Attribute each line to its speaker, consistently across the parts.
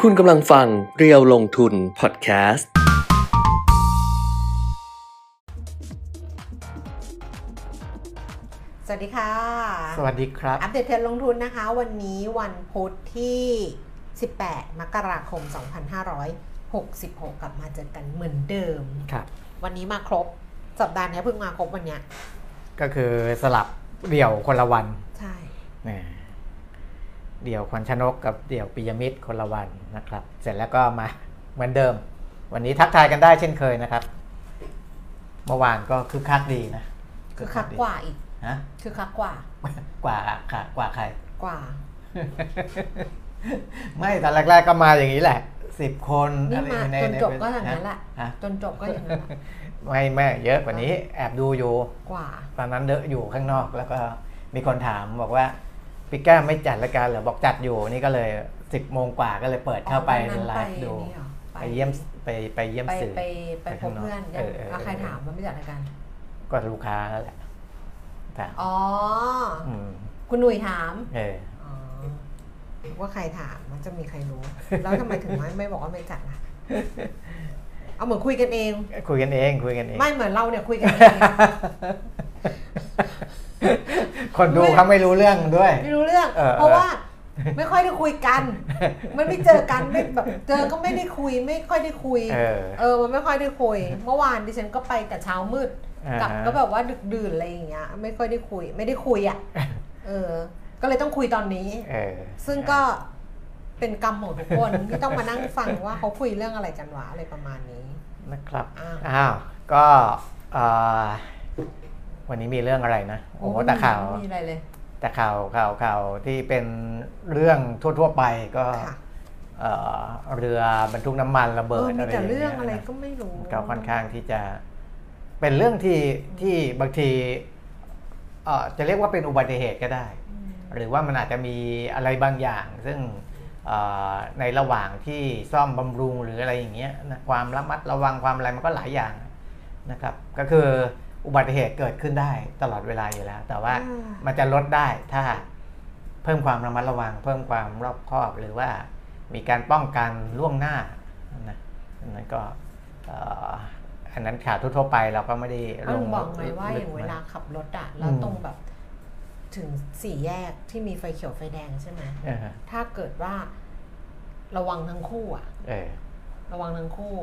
Speaker 1: คุณกำลังฟังเรียวลงทุนพอดแคสต์
Speaker 2: สวัสดีค่ะ
Speaker 3: สวัสดีครับ
Speaker 2: อัปเดตเทรนด์ลงทุนนะคะ วันนี้วันพุธที่ 18 มกราคม 2566 กลับมาเจอกันเหมือนเดิม
Speaker 3: ครับ
Speaker 2: วันนี้มาครบ สัปดาห์นี้เพิ่งมาครบวันเนี้ย
Speaker 3: ก็คือสลับเดี่ยวคนละวัน
Speaker 2: ใช่
Speaker 3: นะเดี่ยวควันชนกกับเดี่ยวปิยมิตรคนละวันนะครับ เสร็จแล้วก็มา เหมือนเดิม วันนี้ทักทายกันได้เช่นเคยนะครับ เมื่อวานก็คึกคักดีนะ
Speaker 2: คือคักกว่าอีก
Speaker 3: ฮะ
Speaker 2: คือคักกว่า
Speaker 3: กว่ากว่ากว่าใคร
Speaker 2: กว่า
Speaker 3: ไม่ตอนแรกๆก็มาอย่างนี้แหละสิบคน
Speaker 2: นี่
Speaker 3: อะไร
Speaker 2: มา
Speaker 3: ใน
Speaker 2: จน
Speaker 3: ใน
Speaker 2: จบก็อย่างนั้นแหละ
Speaker 3: ฮะ
Speaker 2: จนจบก็อย่างนั้นแหละ
Speaker 3: ไม่ไม่เยอะกว่านี้ แอบดูอยู่
Speaker 2: กว่า
Speaker 3: ตอนนั้นเดอะอยู่ข้างนอกแล้วก็มีคนถามบอกว่าปิก้าไม่จัดรายการเหรอบอกจัดอยู่นี่ก็เลยสิบโมงกว่าก็เลยเปิดเข้าไป
Speaker 2: อ๋อวันนั้น
Speaker 3: ไลฟ์ดู
Speaker 2: ไปนี่เหรอไป
Speaker 3: ไปเยี่ยมไปไปเยี่ยม
Speaker 2: ไป
Speaker 3: สื่อ
Speaker 2: ไปไปพบเพื่อน
Speaker 3: เออเออ
Speaker 2: แล้วใครถามว่าไม่จัดรายการ
Speaker 3: ก็ลูกค้านั่นแหละถาม
Speaker 2: อ๋ออ
Speaker 3: ม
Speaker 2: คุณหนุ่ยถาม
Speaker 3: เออ
Speaker 2: อ๋อว่าใครถามมันจะมีใคร รู้ แล้วทำไมถึงไม่ไม่บอกว่าไม่จัดนะเอาเหมือนคุยกันเอง
Speaker 3: คุยกันเองคุยกันเอง
Speaker 2: ไม่เหมือนเราเนี่ยคุยกันเอง
Speaker 3: คนดูเขาไม่รู้เรื่องด้วย
Speaker 2: ไม่รู้เรื่อง
Speaker 3: เออ
Speaker 2: เพราะว่า ไม่ค่อยได้คุยกัน มันไม่เจอกันไม่แบบเจอก็ไม่ได้คุย ไม่ค่อยได้คุย
Speaker 3: เออ
Speaker 2: มันไม่ค่อยได้คุย เมื่อวานดิฉันก็ไปแต่เช้ามืด
Speaker 3: อ่าก ก
Speaker 2: ลับก็แบบว่าดึกดื่นอะไรอย่างเงี้ย ไม่ค่อยได้คุย ไม่ได้คุย อ่ะเออ ก็เลยต้องคุยตอนนี้
Speaker 3: เออ
Speaker 2: ซึ่งก็เป็นกรรมของทุกคน ที่ต้องมานั่งฟังว่าเขาคุยเรื่องอะไรกันวะอะไรประมาณนี้
Speaker 3: นะครับ
Speaker 2: อ้าว
Speaker 3: อ้าวก็เอ่อวันนี้มีเรื่องอะไรนะโอ้โหแต่ข่าว
Speaker 2: ไม่มีอะไรเลย
Speaker 3: แต่ข่าวข่าวข่าวที่เป็นเรื่องทั่ว ๆ ไปก็
Speaker 2: ค่ะ
Speaker 3: เอ่อเรือบรรทุกน้ำมันระ
Speaker 2: เอ
Speaker 3: เบิ
Speaker 2: อ
Speaker 3: ด
Speaker 2: มี
Speaker 3: อะไรอ
Speaker 2: แต่
Speaker 3: ย่าง
Speaker 2: เรื่
Speaker 3: เงี้
Speaker 2: อง
Speaker 3: ย
Speaker 2: อะไร
Speaker 3: นะ
Speaker 2: ก็ไม่รู้
Speaker 3: ก็ค่อนข้างที่จะเป็นเรื่องที่ที่บางทีเอ่อจะเรียกว่าเป็นอุบัติเหตุก็ได้
Speaker 2: อืม
Speaker 3: หรือว่ามันอาจจะมีอะไรบางอย่าง ซึ่งเอ่อในระหว่างที่ซ่อมบำรุงหรืออะไรอย่างเงี้ยนะความระมัดระวังความอะไรมันก็หลายอย่างนะครับ ก็คืออุบัติเหตุเกิดขึ้นได้ตลอดเวลาอยู่แล้ว แต่ว่า
Speaker 2: อ่า
Speaker 3: มันจะลดได้ถ้าเพิ่มความระมัดระวัง เพิ่มความรอบคอบหรือว่ามีการป้องกันล่วงหน้านะอันนั้นก็เอ่ออันนั้นข่าวทั่วๆไปเราก็ไม่ได้
Speaker 2: เอา
Speaker 3: ล
Speaker 2: หนู
Speaker 3: ง
Speaker 2: บอกหน่อยว่าอ
Speaker 3: ลึก
Speaker 2: ย่าง
Speaker 3: ม
Speaker 2: เวลาขับรถอะแล้ว
Speaker 3: อืม
Speaker 2: ตรงแบบ ถึงสี่แยกที่มีไฟเขียวไฟแดงใช่ไหม
Speaker 3: เออ
Speaker 2: ถ้าเกิดว่า ระวังทั้งคู่อะ
Speaker 3: เออ
Speaker 2: ระวังทั้งคู่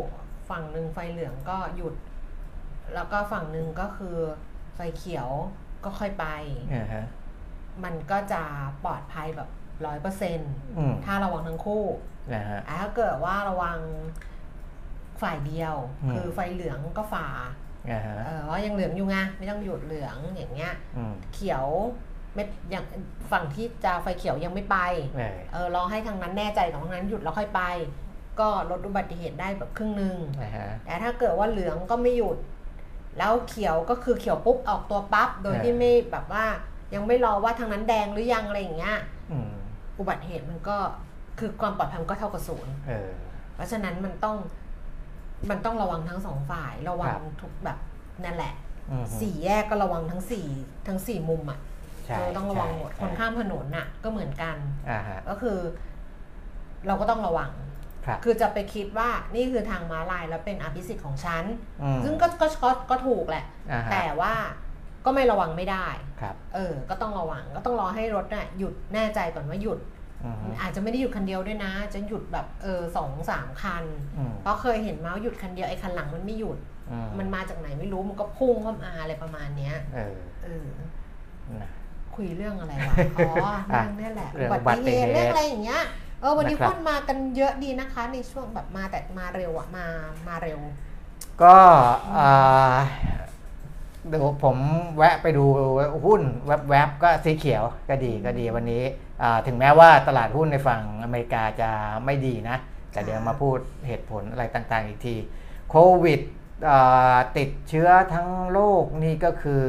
Speaker 2: ฝั่งหนึ่งไฟเหลืองก็หยุด แล้วก็ฝั่งหนึ่งก็คือไฟเขียวก็ค่อยไป
Speaker 3: เออฮะ
Speaker 2: มันก็จะปลอดภัยแบบร้อยเปอร์เซ็น
Speaker 3: อืม
Speaker 2: ถ้าระวังทั้งคู่
Speaker 3: นะฮะ
Speaker 2: อ่ะถ้าเกิดว่าระวังฝ่ายเดียว
Speaker 3: อืม
Speaker 2: คือไฟเหลืองก็ฝ่า
Speaker 3: นะฮะ
Speaker 2: เออว่ายังเหลืองอยู่ไงไม่ต้องหยุดเหลืองอย่างเงี้ย
Speaker 3: อืม
Speaker 2: เขียวไม่อย่างฝั่งที่จะไฟเขียวยังไม่ไป
Speaker 3: เออ
Speaker 2: เออรอให้ทางนั้นแน่ใจกับทางนั้นหยุดแล้วค่อยไป ก็ลดอุบัติเหตุได้แบบครึ่งหนึ่ง
Speaker 3: นะฮะ
Speaker 2: แต่ถ้าเกิดว่าเหลืองก็ไม่หยุด แล้วเขียวก็คือเขียวปุ๊บออกตัวปั๊บโดย
Speaker 3: เออ
Speaker 2: ที่ไม่แบบว่า ยังไม่รอว่าทางนั้นแดงหรือยังอะไรอย่างเงี้ย
Speaker 3: อืม
Speaker 2: อุบัติเหตุมันก็คือความปลอดภัยมันก็เท่ากับศูนย์
Speaker 3: เออ
Speaker 2: เพราะฉะนั้นมันต้องมันต้องระวังทั้งสองฝ่ายระวัง
Speaker 3: ครับ
Speaker 2: ทุกแบบนั่นแหละ
Speaker 3: อืม
Speaker 2: สี่แยกก็ระวังทั้งสี่ทั้งสี่มุมอ่ะ
Speaker 3: ใช่
Speaker 2: เออต้องระวังหมด
Speaker 3: ใช่
Speaker 2: คนข้ามถนนน่ะ ก็เหมือนกัน
Speaker 3: อ่าฮะ
Speaker 2: ก็คือ เราก็ต้องระวัง
Speaker 3: ครับ
Speaker 2: คือจะไปคิดว่านี่คือทางม้าลายแล้วเป็นอภิสิทธิ์ของฉัน
Speaker 3: อืม
Speaker 2: ซึ่งก็ก็ก็ก็ถูกแหละ
Speaker 3: อ่าฮะ
Speaker 2: แต่ว่าก็ไม่ระวังไม่ได้
Speaker 3: ครับ
Speaker 2: เออ ก็ต้องระวัง ก็ต้องรอให้รถน่ะหยุดแน่ใจก่อนว่าหยุด
Speaker 3: อืม
Speaker 2: อาจจะไม่ได้หยุดคันเดียวด้วยนะ จะหยุดแบบเออสองสามคัน
Speaker 3: อืม
Speaker 2: เพราะเคยเห็นมาว่าหยุดคันเดียวไอ้คันหลังมันไม่หยุด
Speaker 3: อื
Speaker 2: มันมาจากไหนไม่รู้ มันก็พุ่งเข้ามาอะไรประมาณเนี้ย
Speaker 3: เออ
Speaker 2: เออ
Speaker 3: นะ
Speaker 2: คุยเรื่องอะไร วะ อ๋อ เรื่องนี่แหละ
Speaker 3: เรื่
Speaker 2: อุบั
Speaker 3: องอุบัติ
Speaker 2: ติเห
Speaker 3: เหตุ
Speaker 2: ตุเรื่องอะไรอย่างเงี้ย เออ วันนี้
Speaker 3: นะครับ
Speaker 2: คนมากันเยอะดีนะคะ ในช่วงแบบมาแต่มาเร็วอะมา มาเร็ว
Speaker 3: ก็อ่าเดี๋ยวผมแวะไปดูหุ้นแวบๆก็สีเขียวก็ดีก็ดีวันนี้อ่าถึงแม้ว่าตลาดหุ้นในฝั่งอเมริกาจะไม่ดีนะ แต่
Speaker 2: ค่ะ
Speaker 3: เดี๋ยวมาพูดเหตุผลอะไรต่างๆอีกที โควิดอ่าติดเชื้อทั้งโลกนี่ก็คือ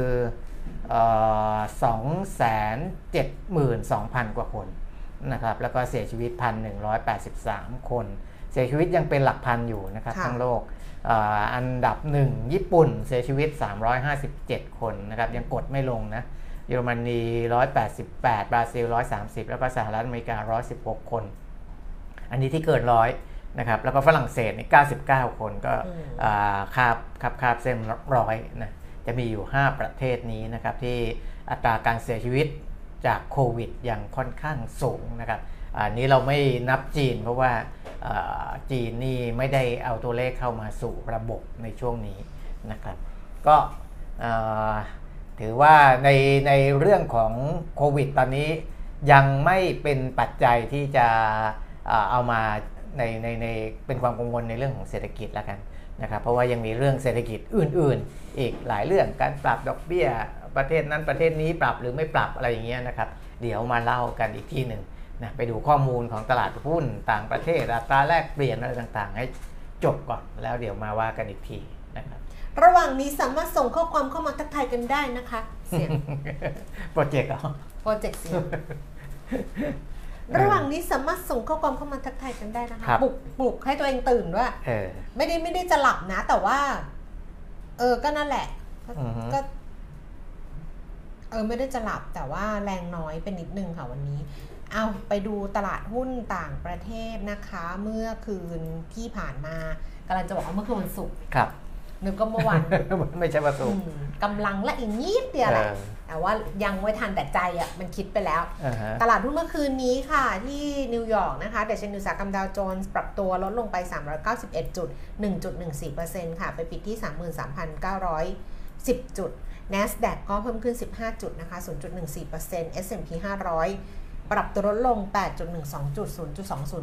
Speaker 3: สองแสนเจ็ดหมื่นสองพันกว่าคนนะครับแล้วก็เสียชีวิตพันหนึ่งร้อยแปดสิบสามคน เสียชีวิตยังเป็นหลักพันอยู่นะครับ
Speaker 2: ค่ะ
Speaker 3: ทั้งโลก อ่าอันดับหนึ่งญี่ปุ่นเสียชีวิต 357 คนนะครับยังกดไม่ลงนะเยอรมนี 188 บราซิล 130 แล้วก็สหรัฐอเมริกา 116 คน อันนี้ที่เกินร้อยนะครับ แล้วก็ฝรั่งเศสนี่99 คนก็
Speaker 2: อืม
Speaker 3: อ่าคาบคาบคาบเส้นร้อยนะ จะมีอยู่ 5 ประเทศนี้นะครับที่อัตราการเสียชีวิตจากโควิดยังค่อนข้างสูงนะครับอันนี้เราไม่นับจีนเพราะว่าเอ่อจีนนี่ไม่ได้เอาตัวเลขเข้ามาสู่ระบบในช่วงนี้นะครับ ก็เอ่อถือว่าในในเรื่องของโควิดตอนนี้ยังไม่เป็นปัจจัยที่จะเอ่อเอามาในในในเป็นความกังวลในเรื่องของเศรษฐกิจแล้วกัน นะครับเพราะว่ายังมีเรื่องเศรษฐกิจอื่น ๆ อีกหลายเรื่องการปรับดอกเบี้ย ประเทศนั้นประเทศนี้ปรับหรือไม่ปรับอะไรอย่างเงี้ยนะครับ เดี๋ยวมาเล่ากันอีกที่หนึ่งนะไปดูข้อมูลของตลาดหุ้นต่างประเทศอัตราแลกเปลี่ยนอะไรต่างๆ ให้จบก่อนแล้วเดี๋ยวมาว่ากันอีกทีนะครับ
Speaker 2: ระหว่างนี้สามารถส่งข้อความเข้ามาทักทายกันได้นะคะ เสียง
Speaker 3: โปรเจกต์เหรอ
Speaker 2: โปรเจกต์เสียง ระหว่างนี้สามารถส่งข้อความเข้ามาทักทายกันได้นะคะปลุกปลุกให้ตัวเองตื่นด้วย
Speaker 3: เออ
Speaker 2: ไม่ได้ไม่ได้จะหลับนะ แต่ว่า เออก็นั่นแหละก็
Speaker 3: อือฮึ
Speaker 2: ก็ เออไม่ได้จะหลับแต่ว่าแรงน้อยเป็นนิดนึงค่ะวันนี้ เอาไปดูตลาดหุ้นต่างประเทศนะคะ เมื่อคืนที่ผ่านมากำลังจะบอกว่าเมื่อคืนวันศุกร์
Speaker 3: ครับ
Speaker 2: นึกก็เมื่อวาน
Speaker 3: ไม่ใช่ประ
Speaker 2: อื
Speaker 3: สู
Speaker 2: มกำลังและอีกนิดเดียวแหละแต่ว่ายังไม่ทันแต่ใจอ่ะมันคิดไปแล้ว
Speaker 3: อ่าฮะ
Speaker 2: ตลาดหุ้นเมื่อคืนนี้ค่ะที่นิวยอร์กนะคะดัชนีอุตสาหกรรมดาวโจนส์ปรับตัวลดลงไป 391จุด1.14%ค่ะ ไปปิดที่ 33,910 จุด NASDAQ ก็เพิ่มขึ้น 15 จุดนะคะ0.14% S&P 500 ปรับตัวลดลง 8.12 จุด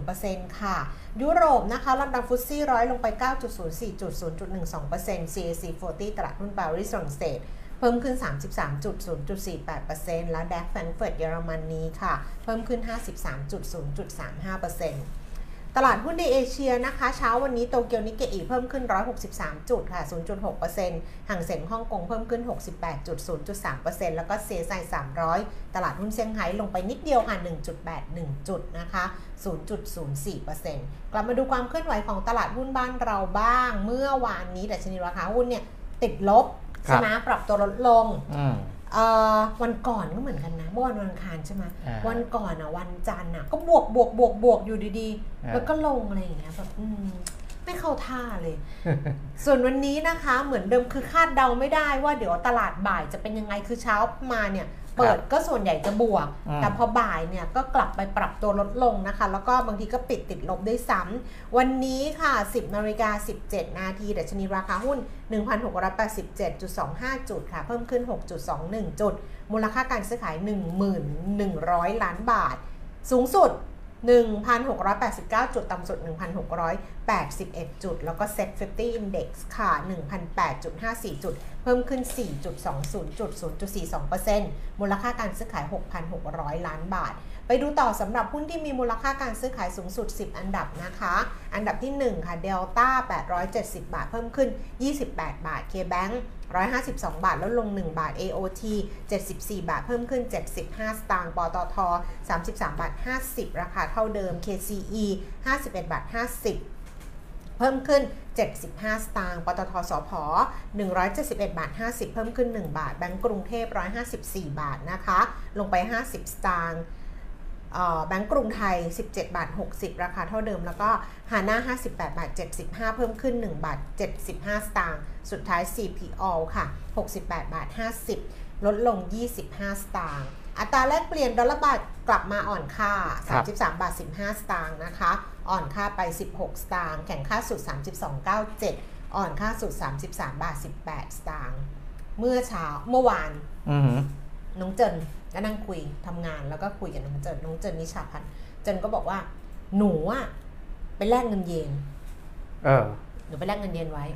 Speaker 2: 0.20%ค่ะ ยุโรปนะคะลอนดอนฟุตซี่ร้อยลงไป 9.04 จุด 0.12% CAC 40 ตลาดหุ้นปารีสฝรั่งเศส เพิ่มขึ้น 33.0.48%แล้วแดกแฟรงก์เฟิร์ตเยอรมนนีค่ะ เพิ่มขึ้น 53.0.35%ตลาดหุ้นในเอเชียนะคะ เช้าวันนี้โตเกียวนิกเกอีเพิ่มขึ้น 163 จุดค่ะ 0.6%ห่างเสียงฮ่องกงเพิ่มขึ้น 68.0.3%แล้วก็เซียไซ300 ตลาดหุ้นเซี่ยงไฮ้ลงไปนิดเดียวค่ะ 1.81 จุดนะคะ 0.04%กลับมาดูความเคลื่อนไหวของตลาดหุ้นบ้านเราบ้าง เมื่อวานนี้ดัชนีราคาหุ้นเนี่ยติดลบใช่ไหมปรับตัวลดลง
Speaker 3: อื ม
Speaker 2: เอ่อวันก่อนก็เหมือนกันนะเมื่อวันวันอังคารใช่ไหม
Speaker 3: อ่า
Speaker 2: วันก่อนอ่ะวันจันทร์อ่ะก็บวกบวกบวกบวกอยู่ดีๆ
Speaker 3: อ่า
Speaker 2: แล้วก็ลงอะไรอย่างเงี้ยแบบอืมไม่เข้าท่าเลย ส่วนวันนี้นะคะเหมือนเดิมคือคาดเดาไม่ได้ว่าเดี๋ยวตลาดบ่ายจะเป็นยังไงคือเช้ามาเนี่ย เปิดก็ส่วนใหญ่จะบวก
Speaker 3: อืม
Speaker 2: แต่พอบ่ายเนี่ยก็กลับไปปรับตัวลดลงนะคะ แล้วก็บางทีก็ปิดติดลบด้วยซ้ำวันนี้ค่ะ 10นาฬิกา17 นาทีดัชนีราคาหุ้น 1,687.25 จุดค่ะ เพิ่มขึ้น 6.21 จุด มูลค่าการซื้อขาย 1,100 ล้านบาท สูงสุด 1,689 จุด ต่ำสุด 1,681 จุด แล้วก็ Set 50 Index ค่ะ 1,008.54 จุด เพิ่มขึ้น 4.20 จุด 0.42%มูลค่าการซื้อขาย 6,600 ล้านบาท ไปดูต่อสำหรับหุ้นที่มีมูลค่าการซื้อขายสูงสุด 10 อันดับนะคะ อันดับที่ 1 ค่ะ Delta 870 บาท เพิ่มขึ้น 28 บาท KBank 152 บาท ลดลง 1 บาท AOT 74 บาท เพิ่มขึ้น 75 สตางค์ ปตท 33 บาท 50 ราคาเท่าเดิม KCE 51 บาท 50 เพิ่มขึ้น 75 สตางค์ ปตทสพ171 บาท 50 เพิ่มขึ้น 1 บาท แบงก์กรุงเทพ 154 บาทนะคะ ลงไป 50 สตางค์เอ่อแบงก์กรุงไทย 17 บาท 60 ราคาเท่าเดิม แล้วก็ฮาน่า58 บาท 75 เพิ่มขึ้น 1 บาท 75 สตางค์ สุดท้าย CPO ค่ะ 68 บาท 50 ลดลง 25 สตางค์ อัตราแลกเปลี่ยนดอลลาร์บาทกลับมาอ่อนค่า
Speaker 3: ครับ
Speaker 2: 33 บาท 15 สตางค์นะคะ อ่อนค่าไป 16 สตางค์ แข่งค่าสุด 32.97 อ่อนค่าสุด 33 บาท 18 สตางค์ เมื่อเช้า เมื่อวาน
Speaker 3: อืม
Speaker 2: น้องเจินก็นั่งคุยทำงานแล้วก็คุยกับน้องเจินน้องเจินนิชาพันธ์เจินก็บอกว่า หนูอะไปแลกเงินเยน
Speaker 3: เออ
Speaker 2: หนูไปแลกเงินเยนไว้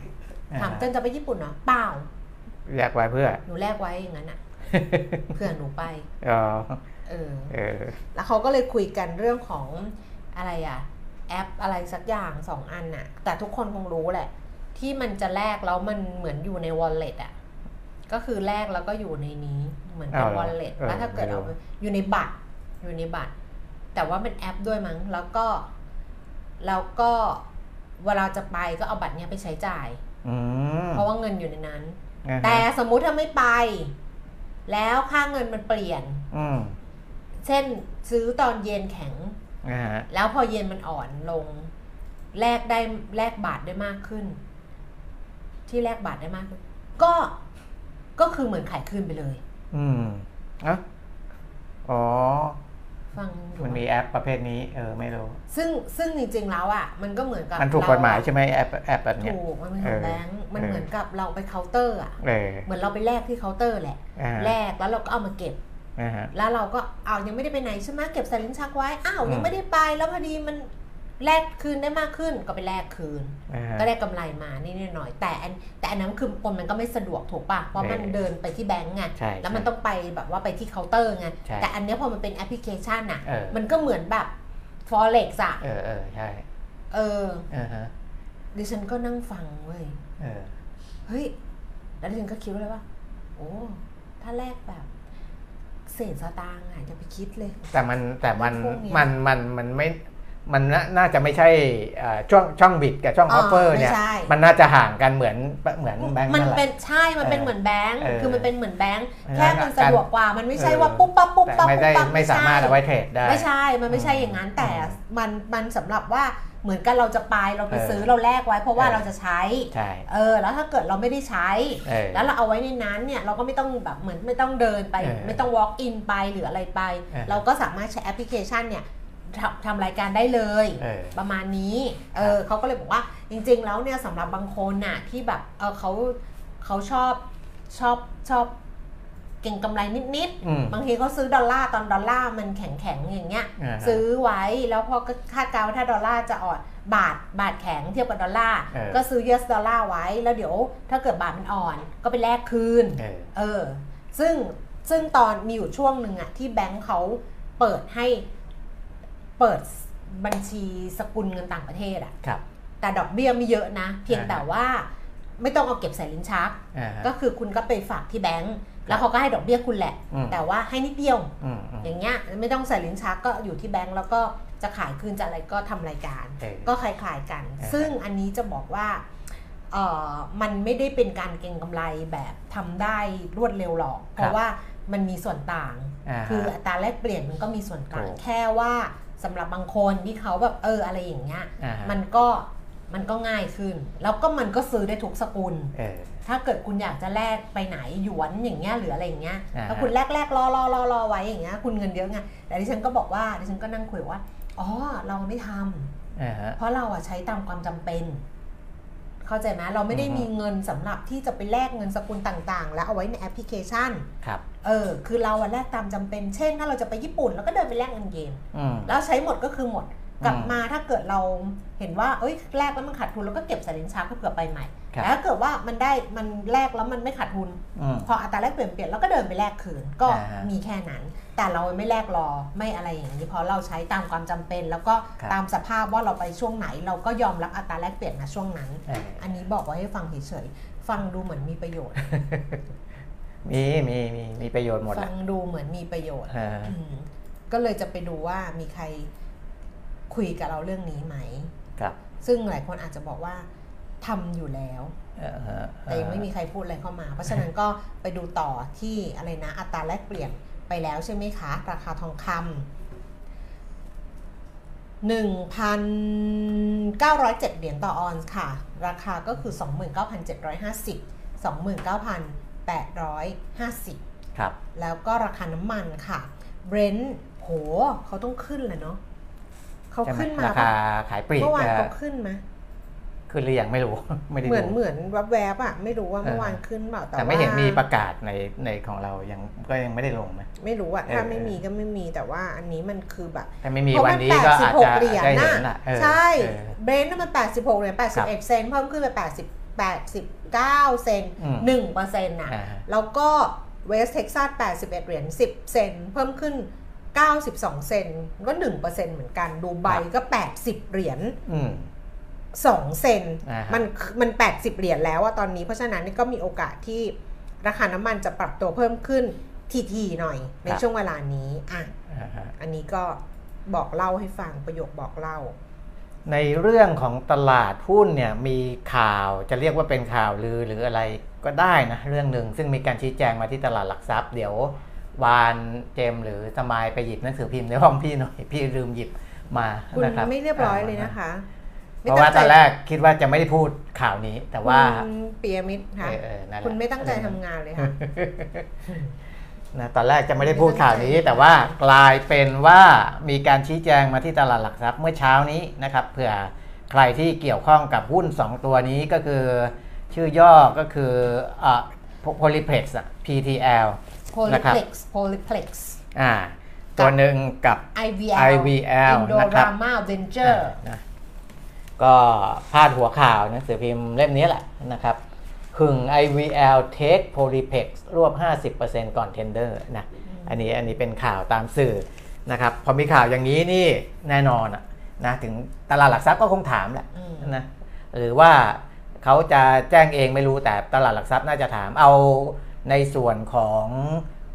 Speaker 3: อ่
Speaker 2: ถามเจินจะไปญี่ปุ่นเหรอ เปล่า
Speaker 3: แยกไว้เพื่อ
Speaker 2: หนูแลกไว้อย่างนั้นอะ เพื่อหนูไป
Speaker 3: เออ
Speaker 2: เออ
Speaker 3: เออ
Speaker 2: แล้วเขาก็เลยคุยกันเรื่องของอะไรอะแอปอะไรสักอย่างสองอันน่ะ แต่ทุกคนคงรู้แหละ ที่มันจะแลกแล้วมันเหมือนอยู่ใน wallet อะก็คือแลกแล้วก็อยู่ในนี้เหมือนเป็น
Speaker 3: เอาเหรอ
Speaker 2: wallet
Speaker 3: เออ
Speaker 2: แล้วถ้าเกิดเอา
Speaker 3: ไม่รู้
Speaker 2: อยู่ในบัตรอยู่ในบัตร แต่ว่าเป็นแอปด้วยมั้งแล้วก็แล้วก็เวลาจะไปก็เอาบัตรเนี้ยไปใช้จ่าย
Speaker 3: อืม
Speaker 2: เพราะว่าเงินอยู่ในนั้น
Speaker 3: นะฮะ
Speaker 2: แต่สมมุติถ้าไม่ไป แล้วค่าเงินมันเปลี่ยน
Speaker 3: อืม
Speaker 2: เช่นซื้อตอนเย็นแข็ง
Speaker 3: นะฮะ
Speaker 2: แล้วพอเย็นมันอ่อนลงแลกได้แลกบาทได้มากขึ้น ที่แลกบาทได้มากขึ้นก็ก็คือเหมือนขายคืนไปเลย
Speaker 3: อืมเอะอ๋อ
Speaker 2: ฟังดู
Speaker 3: มันมีแอปประเภทนี้ เออ ไม่รู้
Speaker 2: ซึ่งซึ่งจริงๆแล้วอ่ะมันก็เหมือนกับ
Speaker 3: มันถูก
Speaker 2: เร
Speaker 3: กฎหมายใช่ไหมแอปแอปแบบเนี้ย
Speaker 2: ถูกมันเป็นของ
Speaker 3: เออ
Speaker 2: แบงก์มัน
Speaker 3: เออ
Speaker 2: เหมือนกับเราไปเคาน์เตอร์อ่ะ
Speaker 3: เออ
Speaker 2: เหมือนเราไปแลกที่เคาน์เตอร์แหละ
Speaker 3: อ่า
Speaker 2: แลกแล้วเราก็เอามาเก็บ
Speaker 3: อ่าฮะ
Speaker 2: แล้วเราก็เอายังไม่ได้ไปไหนใช่ไหมเก็บใส่ลิ้นชักไว้อ้าว
Speaker 3: อืม
Speaker 2: ยังไม่ได้ไปแล้วพอดีมันแลกคืนได้มากขึ้นก็ไปแลกคืน
Speaker 3: อ่าฮะ
Speaker 2: ก็ได้กำไรมานี่หน่อยๆแต่อันแต่อันนั้นคือคนมันก็ไม่สะดวกถูกป่ะ เพราะมัน
Speaker 3: เออ
Speaker 2: เดินไปที่แบงก์ไง
Speaker 3: ใช่
Speaker 2: แล้วมันต้องไปแบบว่าไปที่เคาน์เตอร์ไง
Speaker 3: ใช่
Speaker 2: แต่อันเนี้ยพอมันเป็นแอปพลิเคชันอ่ะ
Speaker 3: เออ
Speaker 2: มันก็เหมือนแบบ forex อ่ะ
Speaker 3: เออเออใช่
Speaker 2: เออ
Speaker 3: อ่าฮะ
Speaker 2: ดิฉันก็นั่งฟังเว้ย
Speaker 3: เออ
Speaker 2: เฮ้ย แล้วดิฉันก็คิดว่าเลยว่า โอ้ ถ้าแลกแบบเศษสตางค์อ่ะอย่าไปคิดเลย
Speaker 3: แต่มันแต่มัน
Speaker 2: พวกเนี้ย
Speaker 3: มันมันมันไม่มันน่าน่าจะไม่ใช่เอ่อช่องช่องบิดกับช่อง
Speaker 2: อ๋
Speaker 3: อ
Speaker 2: อ
Speaker 3: อฟเฟอร์เนี่ย
Speaker 2: ไม่ใช่
Speaker 3: มันน่าจะห่างกันเหมือนเหมือนแบงค์
Speaker 2: มัน
Speaker 3: นั่นแหละ
Speaker 2: เป็นใช่ มันเป็น
Speaker 3: เออ
Speaker 2: เหมือนแบงค์
Speaker 3: เออ
Speaker 2: คือมันเป็นเหมือนแบงค์
Speaker 3: เออ
Speaker 2: แค่มันสะดวกกว่า มันไม่ใช่ว่า
Speaker 3: เออ
Speaker 2: ปุ๊บปั๊บปุ๊บ
Speaker 3: แต่
Speaker 2: ปั๊บ
Speaker 3: ไม่
Speaker 2: ปุ๊บ
Speaker 3: ได้
Speaker 2: ปั๊บ
Speaker 3: ไม่สามารถเอาไว้เทรดได้
Speaker 2: ไม่ใช่ มันไม่ใช่อย่างนั้น แต่มันมันสำหรับว่าเหมือนกันเราจะไปเราไป
Speaker 3: เออ
Speaker 2: ซื้อเราแลกไว้เพราะว่า
Speaker 3: เออ
Speaker 2: เราจะใช้
Speaker 3: ใช่
Speaker 2: เออ แล้วถ้าเกิดเราไม่ได้ใช้
Speaker 3: เออ
Speaker 2: แล้วเราเอาไว้ในนั้นเนี่ยเราก็ไม่ต้องแบบเหมือนไม่ต้องเดินไป
Speaker 3: เออ
Speaker 2: ไม่ต้อง walk in ไปหรืออะไรไป
Speaker 3: เออ
Speaker 2: เราก็สามารถใช้แอปพลิเคชันเนี่ยทำทำรายการได้เลย
Speaker 3: เออ
Speaker 2: ประมาณนี้เออเขาก็เลยบอกว่าจริง ๆ แล้วเนี่ยสำหรับบางคนน่ะที่แบบเออเขาเขาชอบชอบชอบเก่งกำไรนิด
Speaker 3: อืม
Speaker 2: บางทีเขาซื้อดอลลาร์ตอนดอลลาร์มันแข็งๆอย่างเงี้ย
Speaker 3: อ่าฮะ
Speaker 2: ซื้อไว้แล้วพอก็คาดการณ์ว่าถ้าดอลลาร์จะอ่อนบาทบาทแข็งเทียบกับดอลลาร์
Speaker 3: เออ
Speaker 2: ก็ ซื้อ US ดอลลาร์ไว้แล้วเดี๋ยวถ้าเกิดบาทมันอ่อนก็ไปแลกคืน
Speaker 3: เออ
Speaker 2: เออ ซึ่งซึ่งตอนมีอยู่ช่วงหนึ่งอะที่แบงค์เขาเปิดให้เปิดบัญชีสกุลเงินต่างประเทศอะ
Speaker 3: ครับ
Speaker 2: แต่ดอกเบี้ยไม่เยอะนะ เพียง
Speaker 3: อ่า
Speaker 2: แต่ว่าไม่ต้องเอาเก็บใส่ลิ้นชัก
Speaker 3: อ่าฮะ
Speaker 2: ก็คือคุณก็ไปฝากที่แบงค์แล้วเขาก็ให้ดอกเบี้ยคุณแหละ
Speaker 3: อืม
Speaker 2: แต่ว่าให้นิดเดียว
Speaker 3: อืมอืม
Speaker 2: อย่างเงี้ยไม่ต้องใส่ลิ้นชักก็อยู่ที่แบงก์แล้วก็จะขายคืนจะอะไรก็ทำรายการ
Speaker 3: เออ
Speaker 2: ก็คล้ายๆกัน
Speaker 3: อ่าฮะ
Speaker 2: ซึ่งอันนี้จะบอกว่าเออมันไม่ได้เป็นการเก็งกำไรแบบทำได้รวดเร็วหรอก เพราะว่ามันมีส่วนต่าง
Speaker 3: อ่าฮะ
Speaker 2: คืออัตราแลกเปลี่ยนมันก็มีส่วนต่าง
Speaker 3: ถูก
Speaker 2: แค่ว่าสำหรับบางคนที่เขาแบบเอออะไรอย่างเงี้ย
Speaker 3: อ่าฮะ
Speaker 2: มันก็มันก็ง่ายขึ้น แล้วก็มันก็ซื้อได้ทุกสกุล
Speaker 3: เออ
Speaker 2: ถ้าเกิดคุณอยากจะแลกไปไหนหยวนอย่างเงี้ยหรืออะไรอย่างเงี้ย
Speaker 3: อ่าฮะ
Speaker 2: ถ้าคุณแลกแลกรอรอรอรอไว้อย่างเงี้ยคุณเงินเยอะไงแต่ดิฉันก็บอกว่าดิฉันก็นั่งคุยว่าอ๋อเราไม่ทำ
Speaker 3: อ่าฮะ
Speaker 2: เพราะเราอะใช้ตามความจำเป็น เข้าใจไหมเราไม่ได้
Speaker 3: อือฮึ
Speaker 2: มีเงินสำหรับที่จะไปแลกเงินสกุลต่างๆ แล้วเอาไว้ในแอปพลิเคชัน
Speaker 3: ครับ
Speaker 2: เออคือเราอะแลกตามจำเป็น เช่นถ้าเราจะไปญี่ปุ่นเราก็เดินไปแลกเงินเยน
Speaker 3: อืม
Speaker 2: แล้วใช้หมดก็คือหมดกลับ
Speaker 3: อืม
Speaker 2: มาถ้าเกิดเราเห็นว่าเอ้ยแลกแล้วมันขาดทุนแล้วก็เก็บใส่ลิ้นชักเพื่อไปใหม่
Speaker 3: ครับ
Speaker 2: แต่ถ้าเกิดว่ามันได้มันแลกแล้วมันไม่ขาดทุน
Speaker 3: อืม
Speaker 2: พออัตราแลกเปลี่ยนเปลี่ยนแล้วก็เดินไปแลกคืนก็
Speaker 3: อ่าฮะ
Speaker 2: มีแค่นั้น แต่เราไม่แลกรอไม่อะไรอย่างนี้เพราะเราใช้ตามความจำเป็น แล้วก็
Speaker 3: ครับ
Speaker 2: ตามสภาพว่าเราไปช่วงไหน เราก็ยอมรับอัตราแลกเปลี่ยนนะช่วงนั้น
Speaker 3: เออ
Speaker 2: อันนี้บอกไว้ให้ฟังเฉยๆฟังดูเหมือนมีประโยชน์
Speaker 3: มีมีมีมีประโยชน์หมดแห
Speaker 2: ฟั
Speaker 3: ละ
Speaker 2: งดูเหมือนมีประโยชน์
Speaker 3: เออ
Speaker 2: อืมก็เลยจะไปดูว่ามีใครคุยกับเราเรื่องนี้ไหม
Speaker 3: ครับ
Speaker 2: ซึ่งหลายคนอาจจะบอกว่าทำอยู่แล้ว
Speaker 3: เออฮะ
Speaker 2: แต่ยังไม่มีใครพูดอะไรเข้ามา เพราะฉะนั้นก็ไปดูต่อที่อะไรนะ อัตราแลกเปลี่ยนไปแล้วใช่ไหมคะ ราคาทองคำหนึ่งพันเก้าร้อยเจ็ดเหรียญต่อออนซ์ค่ะ ราคาก็คือสองหมื่นเก้าพันเจ็ดร้อยห้าสิบสองหมื่นเก้าพันแปดร้อยห้าสิบ
Speaker 3: ครับ
Speaker 2: แล้วก็ราคาน้ำมันค่ะ เบรนท์โหเขาต้องขึ้นแหละเนาะเขา
Speaker 3: ใช่ไหม
Speaker 2: ขึ้นมา
Speaker 3: ราคาขายปลีก
Speaker 2: เมื่อวาน
Speaker 3: จะ
Speaker 2: เขาขึ้นไหม
Speaker 3: ขึ้นหรือยังไม่รู้ ไม่ได้
Speaker 2: เหมือน
Speaker 3: ดู
Speaker 2: เหมือนแวบๆอะไม่รู้ว่า
Speaker 3: เออ
Speaker 2: เมื่อวานขึ้นเปล่า
Speaker 3: แต่ไม่เห็น
Speaker 2: ว่า
Speaker 3: มีประกาศในในของเรายังก็ยังไม่ได้ลงนะ
Speaker 2: ไม่รู้อะ
Speaker 3: เออ
Speaker 2: ถ้า
Speaker 3: เออ
Speaker 2: ไม่มีก็ไม่มีแต่ว่าอันนี้มันคือแบบ
Speaker 3: ถ้าไม่มี
Speaker 2: เพราะ
Speaker 3: วัน
Speaker 2: มัน
Speaker 3: นี้
Speaker 2: แปด
Speaker 3: ก็
Speaker 2: สิ
Speaker 3: อา
Speaker 2: บ
Speaker 3: จ
Speaker 2: หก
Speaker 3: จะ
Speaker 2: เหรียญ
Speaker 3: ได้เห็
Speaker 2: น่ะ
Speaker 3: นละเออ
Speaker 2: ใช่
Speaker 3: เออ
Speaker 2: เบรนท์น่ะมันแปดสิบหกเหรียญแปดสิบเอ็ดเซนต์เพิ่มขึ้นไปแปดสิบแปดสิบเก้าเซนต์
Speaker 3: อืม
Speaker 2: หนึ่งเปอร์เซ็นต์น่ะ
Speaker 3: อ่าฮะ
Speaker 2: แล้วก็เวสเท็กซัส81 เหรียญ 10 เซนต์เพิ่มขึ้น 92 เซนต์ก็ 1%เหมือนกัน ดูไบก็ 80 เหรียญ
Speaker 3: อืม
Speaker 2: 2 เซนต์
Speaker 3: อ่าฮะ
Speaker 2: มันมัน 80 เหรียญแล้วอะตอนนี้ เพราะฉะนั้นนี่ก็มีโอกาสที่ราคาน้ำมันจะปรับตัวเพิ่มขึ้นทีๆหน่อยในช่วงเวลานี้อ่ะ
Speaker 3: อ่าฮะ
Speaker 2: อันนี้ก็บอกเล่าให้ฟังประโยคบอกเล่า
Speaker 3: ในเรื่องของตลาดหุ้นเนี่ยมีข่าวจะเรียกว่าเป็นข่าวลือหรืออะไรก็ได้นะ เรื่องหนึ่งซึ่งมีการชี้แจงมาที่ตลาดหลักทรัพย์ เดี๋ยววานเจมส์หรือสมายไปหยิบหนังสือพิมพ์ในห้องพี่หน่อย พี่ลืมหยิบ มา
Speaker 2: คุณ
Speaker 3: นะครับ
Speaker 2: ไม่เรียบร้อยเลยนะคะ
Speaker 3: เพราะว่าตอนแรกคิดว่าจะไม่ได้พูดข่าวนี้ แต่ว่า
Speaker 2: คุณปียมิตรค่ะ
Speaker 3: เออเออนั่นแหละ
Speaker 2: คุณไม่ตั้งใจทำงานเลยค่ะ
Speaker 3: นะตอนแรกจะไม่ได้พูดข่าวนี้ แต่ว่ากลายเป็นว่ามีการชี้แจงมาที่ตลาดหลักทรัพย์เมื่อเช้านี้นะครับเผื่อใครที่เกี่ยวข้องกับหุ้น 2 ตัวนี้ก็คือ ชื่อย่อก็คืออ่ะ Polyplex อะ PTL นะครับ
Speaker 2: Polyplex Polyplex
Speaker 3: อ่าตัวหนึ่งกับ
Speaker 2: IVL
Speaker 3: IVL นะครับ
Speaker 2: Indorama Venture
Speaker 3: นะก็พาดหัวข่าวหนังสือพิมพ์เล่มนี้แหละนะครับหึง IVL Take Polypex รวบ 50%ก่อน Tender นะอันนี้อันนี้เป็นข่าวตามสื่อนะครับพอมีข่าวอย่างนี้นี่แน่นอนอะนะถึงตลาดหลักทรัพย์ก็คงถามแหละ
Speaker 2: อืม
Speaker 3: นะหรือว่าเขาจะแจ้งเองไม่รู้แต่ตลาดหลักทรัพย์น่าจะถามเอาในส่วนของ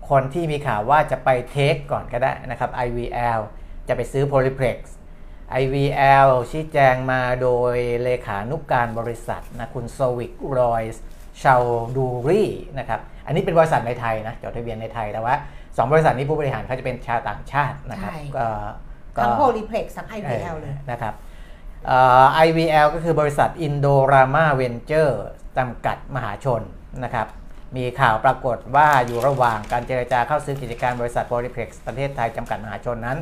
Speaker 3: คนที่มีข่าวว่าจะไปเทคก่อนก็ได้นะครับ IVL จะไปซื้อ Polyplex IVL ชี้แจงมาโดยเลขานุกการบริษัทนะคุณโซวิกรอยส์ชาดูรีนะครับอันนี้เป็นบริษัทในไทยนะจดทะเบียนในไทยแต่ว่า 2 บริษัทนี้ผู้บริหารเขาจะเป็นชาวต่างชาตินะครับ
Speaker 2: ใช่
Speaker 3: ก็ก็
Speaker 2: ทั้ง Polyplex ทั้ง IVL เลย
Speaker 3: ออนะครับเอ่อ IVL ก็คือบริษัท Indorama Venture จำกัดมหาชนนะครับ มีข่าวปรากฏว่าอยู่ระหว่างการเจรจาเข้าซื้อกิจการบริษัท Polyplex ประเทศไทยจำกัดมหาชนนั้น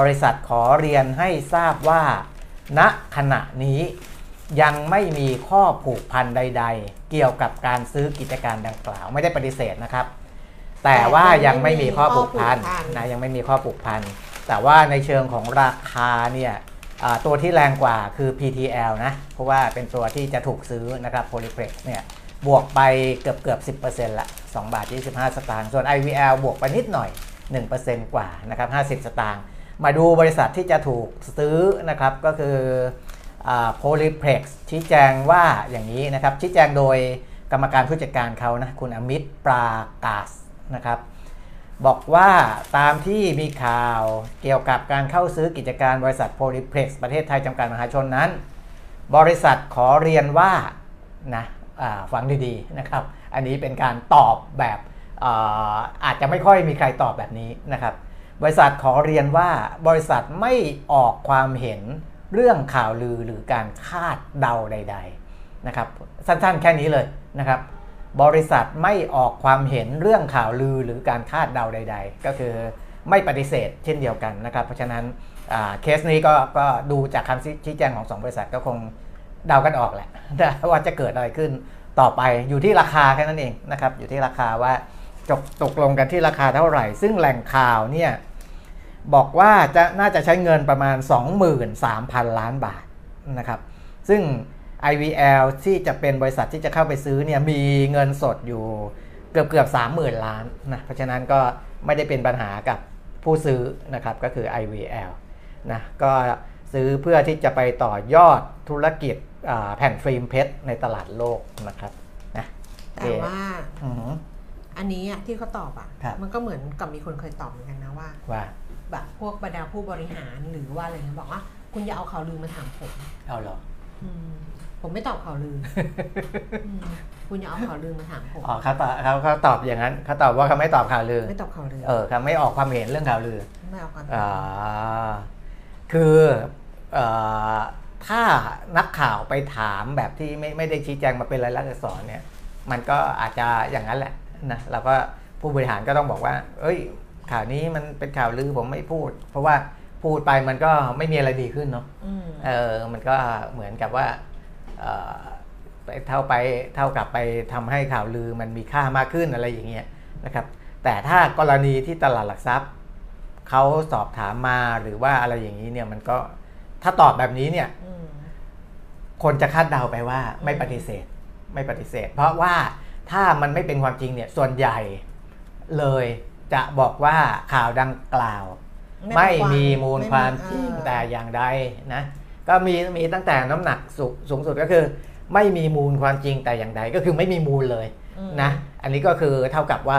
Speaker 3: บริษัทขอเรียนให้ทราบว่า ณขณะนี้ยังไม่มีข้อผูกพันใด ๆ เกี่ยวกับการซื้อกิจการดังกล่าว ไม่ได้ปฏิเสธนะครับ แต่ว่ายังไม่มีข้อผูกพัน
Speaker 2: ข้อผูกพัน
Speaker 3: นะยังไม่มีข้อผูกพัน แต่ว่าในเชิงของราคาเนี่ยอ่าตัวที่แรงกว่าคือ PTL นะ เพราะว่าเป็นตัวที่จะถูกซื้อนะครับ Polyplex เนี่ยบวกไปเกือบเกือบ 10%ละ2บาท25 สตางค์ส่วน IVL บวกไปนิดหน่อย 1%กว่านะครับ50 สตางค์มาดูบริษัทที่จะถูกซื้อนะครับก็คืออ่า Polyplex ชี้แจงว่าอย่างนี้นะครับ ชี้แจงโดยกรรมการผู้จัดการเขานะคุณอมิตรปรากาศนะครับ บอกว่าตามที่มีข่าวเกี่ยวกับการเข้าซื้อกิจการบริษัทโพลิเพล็กซ์ประเทศไทยจำกัดมหาชนนั้น บริษัทขอเรียนว่านะอ่าฟังดีๆนะครับ อันนี้เป็นการตอบแบบอาอาจจะไม่ค่อยมีใครตอบแบบนี้นะครับ บริษัทขอเรียนว่าบริษัทไม่ออกความเห็นเรื่องข่าวลือหรือการคาดเดาใด ๆนะครับ สั้นๆแค่นี้เลยนะครับ บริษัทไม่ออกความเห็นเรื่องข่าวลือหรือการคาดเดาใด ๆ ก็คือไม่ปฏิเสธเช่นเดียวกันนะครับ เพราะฉะนั้นอ่าเคสนี้ก็ก็ดูจากคำชี้แจงของสองบริษัทก็คงเดากันออกแหละ ว่าจะเกิดอะไรขึ้นต่อไปอยู่ที่ราคาแค่นั้นเองนะครับ อยู่ที่ราคาว่าจบตกลงกันที่ราคาเท่าไหร่ ซึ่งแหล่งข่าวเนี่ยบอกว่าจะน่าจะใช้เงินประมาณ 23,000 ล้านบาทนะครับ ซึ่ง IVL ที่จะเป็นบริษัทที่จะเข้าไปซื้อเนี่ยมีเงินสดอยู่เกือบเกือบ3 0,000 ล้านนะเพราะฉะนั้นก็ไม่ได้เป็นปัญหากับผู้ซื้อนะครับก็คือ IVL นะก็ซื้อเพื่อที่จะไปต่อยอดธุรกิจอ่าแผ่นฟิล์มเพชรในตลาดโลกนะครับนะ
Speaker 2: แต่ว่า
Speaker 3: อืม
Speaker 2: อันนี้อะที่เขาตอบอะ
Speaker 3: ครับ
Speaker 2: มันก็เหมือนกับมีคนเคยตอบเหมือนกันนะว่า
Speaker 3: ว่า
Speaker 2: แบบพวกบรรดาผู้บริหารหรือว่าอะไรเงี้ยบอกว่า คุณอย่าเอาข่าวลือมาถาม ผม
Speaker 3: เอาเหรอ
Speaker 2: อืมผมไม่ตอบข่าวลือ อืมคุณอย่าเอาข่าวลือมาถามผม
Speaker 3: อ๋อเขาตอบเขาเขาตอบอย่างนั้นเขาตอบว่าเขาไม่ตอบข่าวลือ
Speaker 2: ไม่ตอบข่าวลือ
Speaker 3: เออเขาไม่ออกความเห็นเรื่องข่าวลือ
Speaker 2: ไม่เอาความ
Speaker 3: อ่าคือเออถ้านักข่าวไปถามแบบที่ไม่ไม่ได้ชี้แจงมาเป็นรายลักษณ์อักษรเนี่ย มันก็อาจจะอย่างนั้นแหละนะเราก็ผู้บริหารก็ต้องบอกว่า เอ้ย ข่าวนี้มันเป็นข่าวลือผมไม่พูด เพราะว่าพูดไปมันก็ไม่มีอะไรดีขึ้นเนาะ
Speaker 2: อืม
Speaker 3: เออ มันก็เหมือนกับว่าเอ่อไปเท่าไปเท่ากับไปทำให้ข่าวลือมันมีค่ามากขึ้นอะไรอย่างเงี้ยนะครับ แต่ถ้ากรณีที่ตลาดหลักทรัพย์เขาสอบถามมาหรือว่าอะไรอย่างนี้เนี่ยมันก็ถ้าตอบแบบนี้เนี่ย
Speaker 2: อืม
Speaker 3: คนจะคาดเดาไปว่าไม่ปฏิเสธไม่ปฏิเสธ เพราะว่าถ้ามันไม่เป็นความจริงเนี่ยส่วนใหญ่เลยจะบอกว่าข่าวดังกล่าว
Speaker 2: ไม่
Speaker 3: ไม่
Speaker 2: เป็นความ
Speaker 3: มีมูล
Speaker 2: ไม่มี
Speaker 3: ความจริง
Speaker 2: อ่า
Speaker 3: แต่อย่างใดนะก็มีมีตั้งแต่น้ำหนักสูงสูงสุดก็คือ ไม่มีมูลความจริงแต่อย่างใดก็คือไม่มีมูลเลย
Speaker 2: อืม
Speaker 3: นะอันนี้ก็คือเท่ากับว่า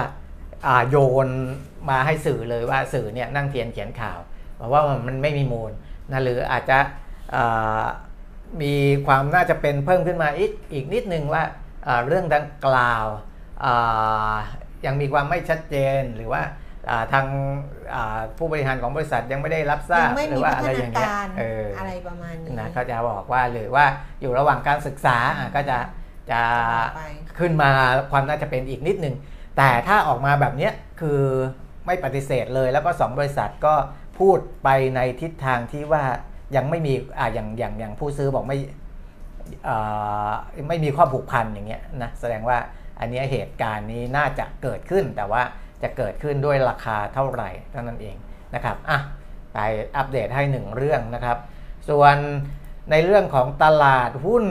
Speaker 3: อ่าโยนมาให้สื่อเลยว่าสื่อเนี่ยนั่งเทียนเขียนข่าวบอกว่ามันไม่มีมูลนะหรืออาจจะอ่า มีความน่าจะเป็นเพิ่มขึ้นมาอีกอีกนิดนึงว่าเอ่อเรื่องดังกล่าวอ่ายังมีความไม่ชัดเจนหรือว่า อ่าทางอ่าผู้บริหารของบริษัทยังไม่ได้รับทรา
Speaker 2: ยั
Speaker 3: บ
Speaker 2: งไม่
Speaker 3: หรื
Speaker 2: มี
Speaker 3: ว่า
Speaker 2: พั
Speaker 3: อะ
Speaker 2: ฒ
Speaker 3: ไรอน
Speaker 2: าง
Speaker 3: เงี้ย
Speaker 2: การ
Speaker 3: เอออ
Speaker 2: อะไรประมาณนี้
Speaker 3: นะเขาจะบอกว่าหรือว่าอยู่ระหว่างการศึกษาอ่ะก็จะจะ
Speaker 2: ไป
Speaker 3: ขึ้นมาความน่าจะเป็นอีกนิดนึง แต่ถ้าออกมาแบบเนี้ยคือไม่ปฏิเสธเลยแล้วก็สองบริษัทก็พูดไปในทิศทางที่ว่ายังไม่มีอ่ะอย่างอย่างอย่างผู้ซื้อบอกไม่ เอ่อไม่มีข้อผูกพันอย่างเงี้ยนะแสดงว่าอันเนี้ยเหตุการณ์นี้น่าจะเกิดขึ้น แต่ว่าจะเกิดขึ้นด้วยราคาเท่าไหร่เท่านั้นเองนะครับอ่ะไปอัปเดตให้หนึ่งเรื่องนะครับ ส่วนในเรื่องของตลาดหุ้น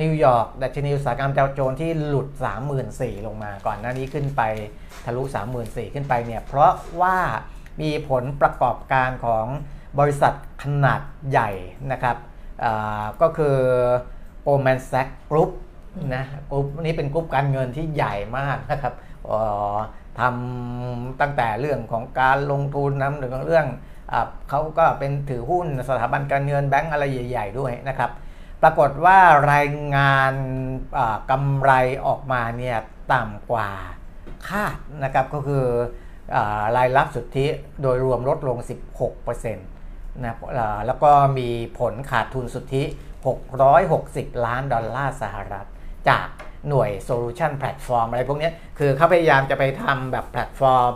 Speaker 3: นิวยอร์กดัชนีอุตสาหกรรมดาวโจนส์ที่หลุด 34,000 ลงมาก่อนหน้านี้ขึ้นไปทะลุ 34,000 ขึ้นไปเนี่ยเพราะว่ามีผลประกอบการของบริษัทขนาดใหญ่นะครับ อ่าก็คือ Goldman Sachs Group นะกรุ๊ปนี้เป็นกรุ๊ปการเงินที่ใหญ่มากนะครับเอ่อทำตั้งแต่เรื่องของการลงทุนนะหรือเรื่องอาเขาก็เป็นถือหุ้นสถาบันการเงินแบงก์อะไรใหญ่ ๆ ด้วยนะครับ ปรากฏว่ารายงานอ่ากำไรออกมาเนี่ยต่ำกว่าคาดนะครับก็คืออารายรับสุทธิโดยรวมลดลง 16%นะเอ่อแล้วก็มีผลขาดทุนสุทธิ 660 ล้านดอลลาร์สหรัฐ จากหน่วย Solution Platform อะไรพวกเนี้ยคือเขาพยายามจะไปทำแบบแพลตฟอร์ม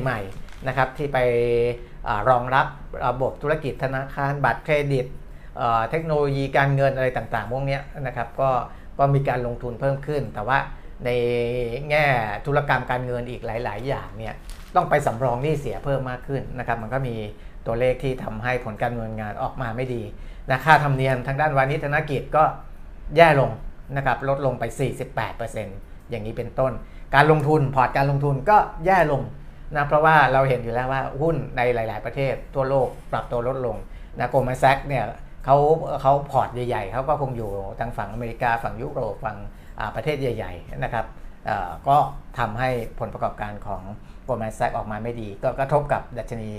Speaker 3: ใหม่ๆนะครับที่ไปอารองรับระบบธุรกิจธนาคารบัตรเครดิต เอ่อเทคโนโลยีการเงินอะไรต่างๆ พวกเนี้ยนะครับก็ก็มีการลงทุนเพิ่มขึ้น แต่ว่าในแง่ธุรกรรมการเงินอีกหลาย ๆ อย่างเนี่ยต้องไปสำรองหนี้เสียเพิ่มมากขึ้นนะครับมันก็มีตัวเลขที่ทำให้ผลการเงินงานออกมาไม่ดีนะค่าธรรมเนียมทางด้านวานิชธนกิจก็แย่ลงนะครับลดลงไป 48%อย่างนี้เป็นต้น การลงทุนพอร์ตการลงทุนก็แย่ลง นะเพราะว่าเราเห็นอยู่แล้วว่าหุ้นในหลาย ๆ ประเทศทั่วโลกปรับตัวลดลงนะโกลแมนแซกเนี่ยเขาเขาพอร์ตใหญ่ ๆ เขาก็คงอยู่ทางฝั่งอเมริกาฝั่งยุโรปฝั่งอ่าประเทศใหญ่ ๆ นะครับเอ่อก็ทำให้ผลประกอบการของโกลแมนแซกออกมาไม่ดี ก็กระทบกับดัชนี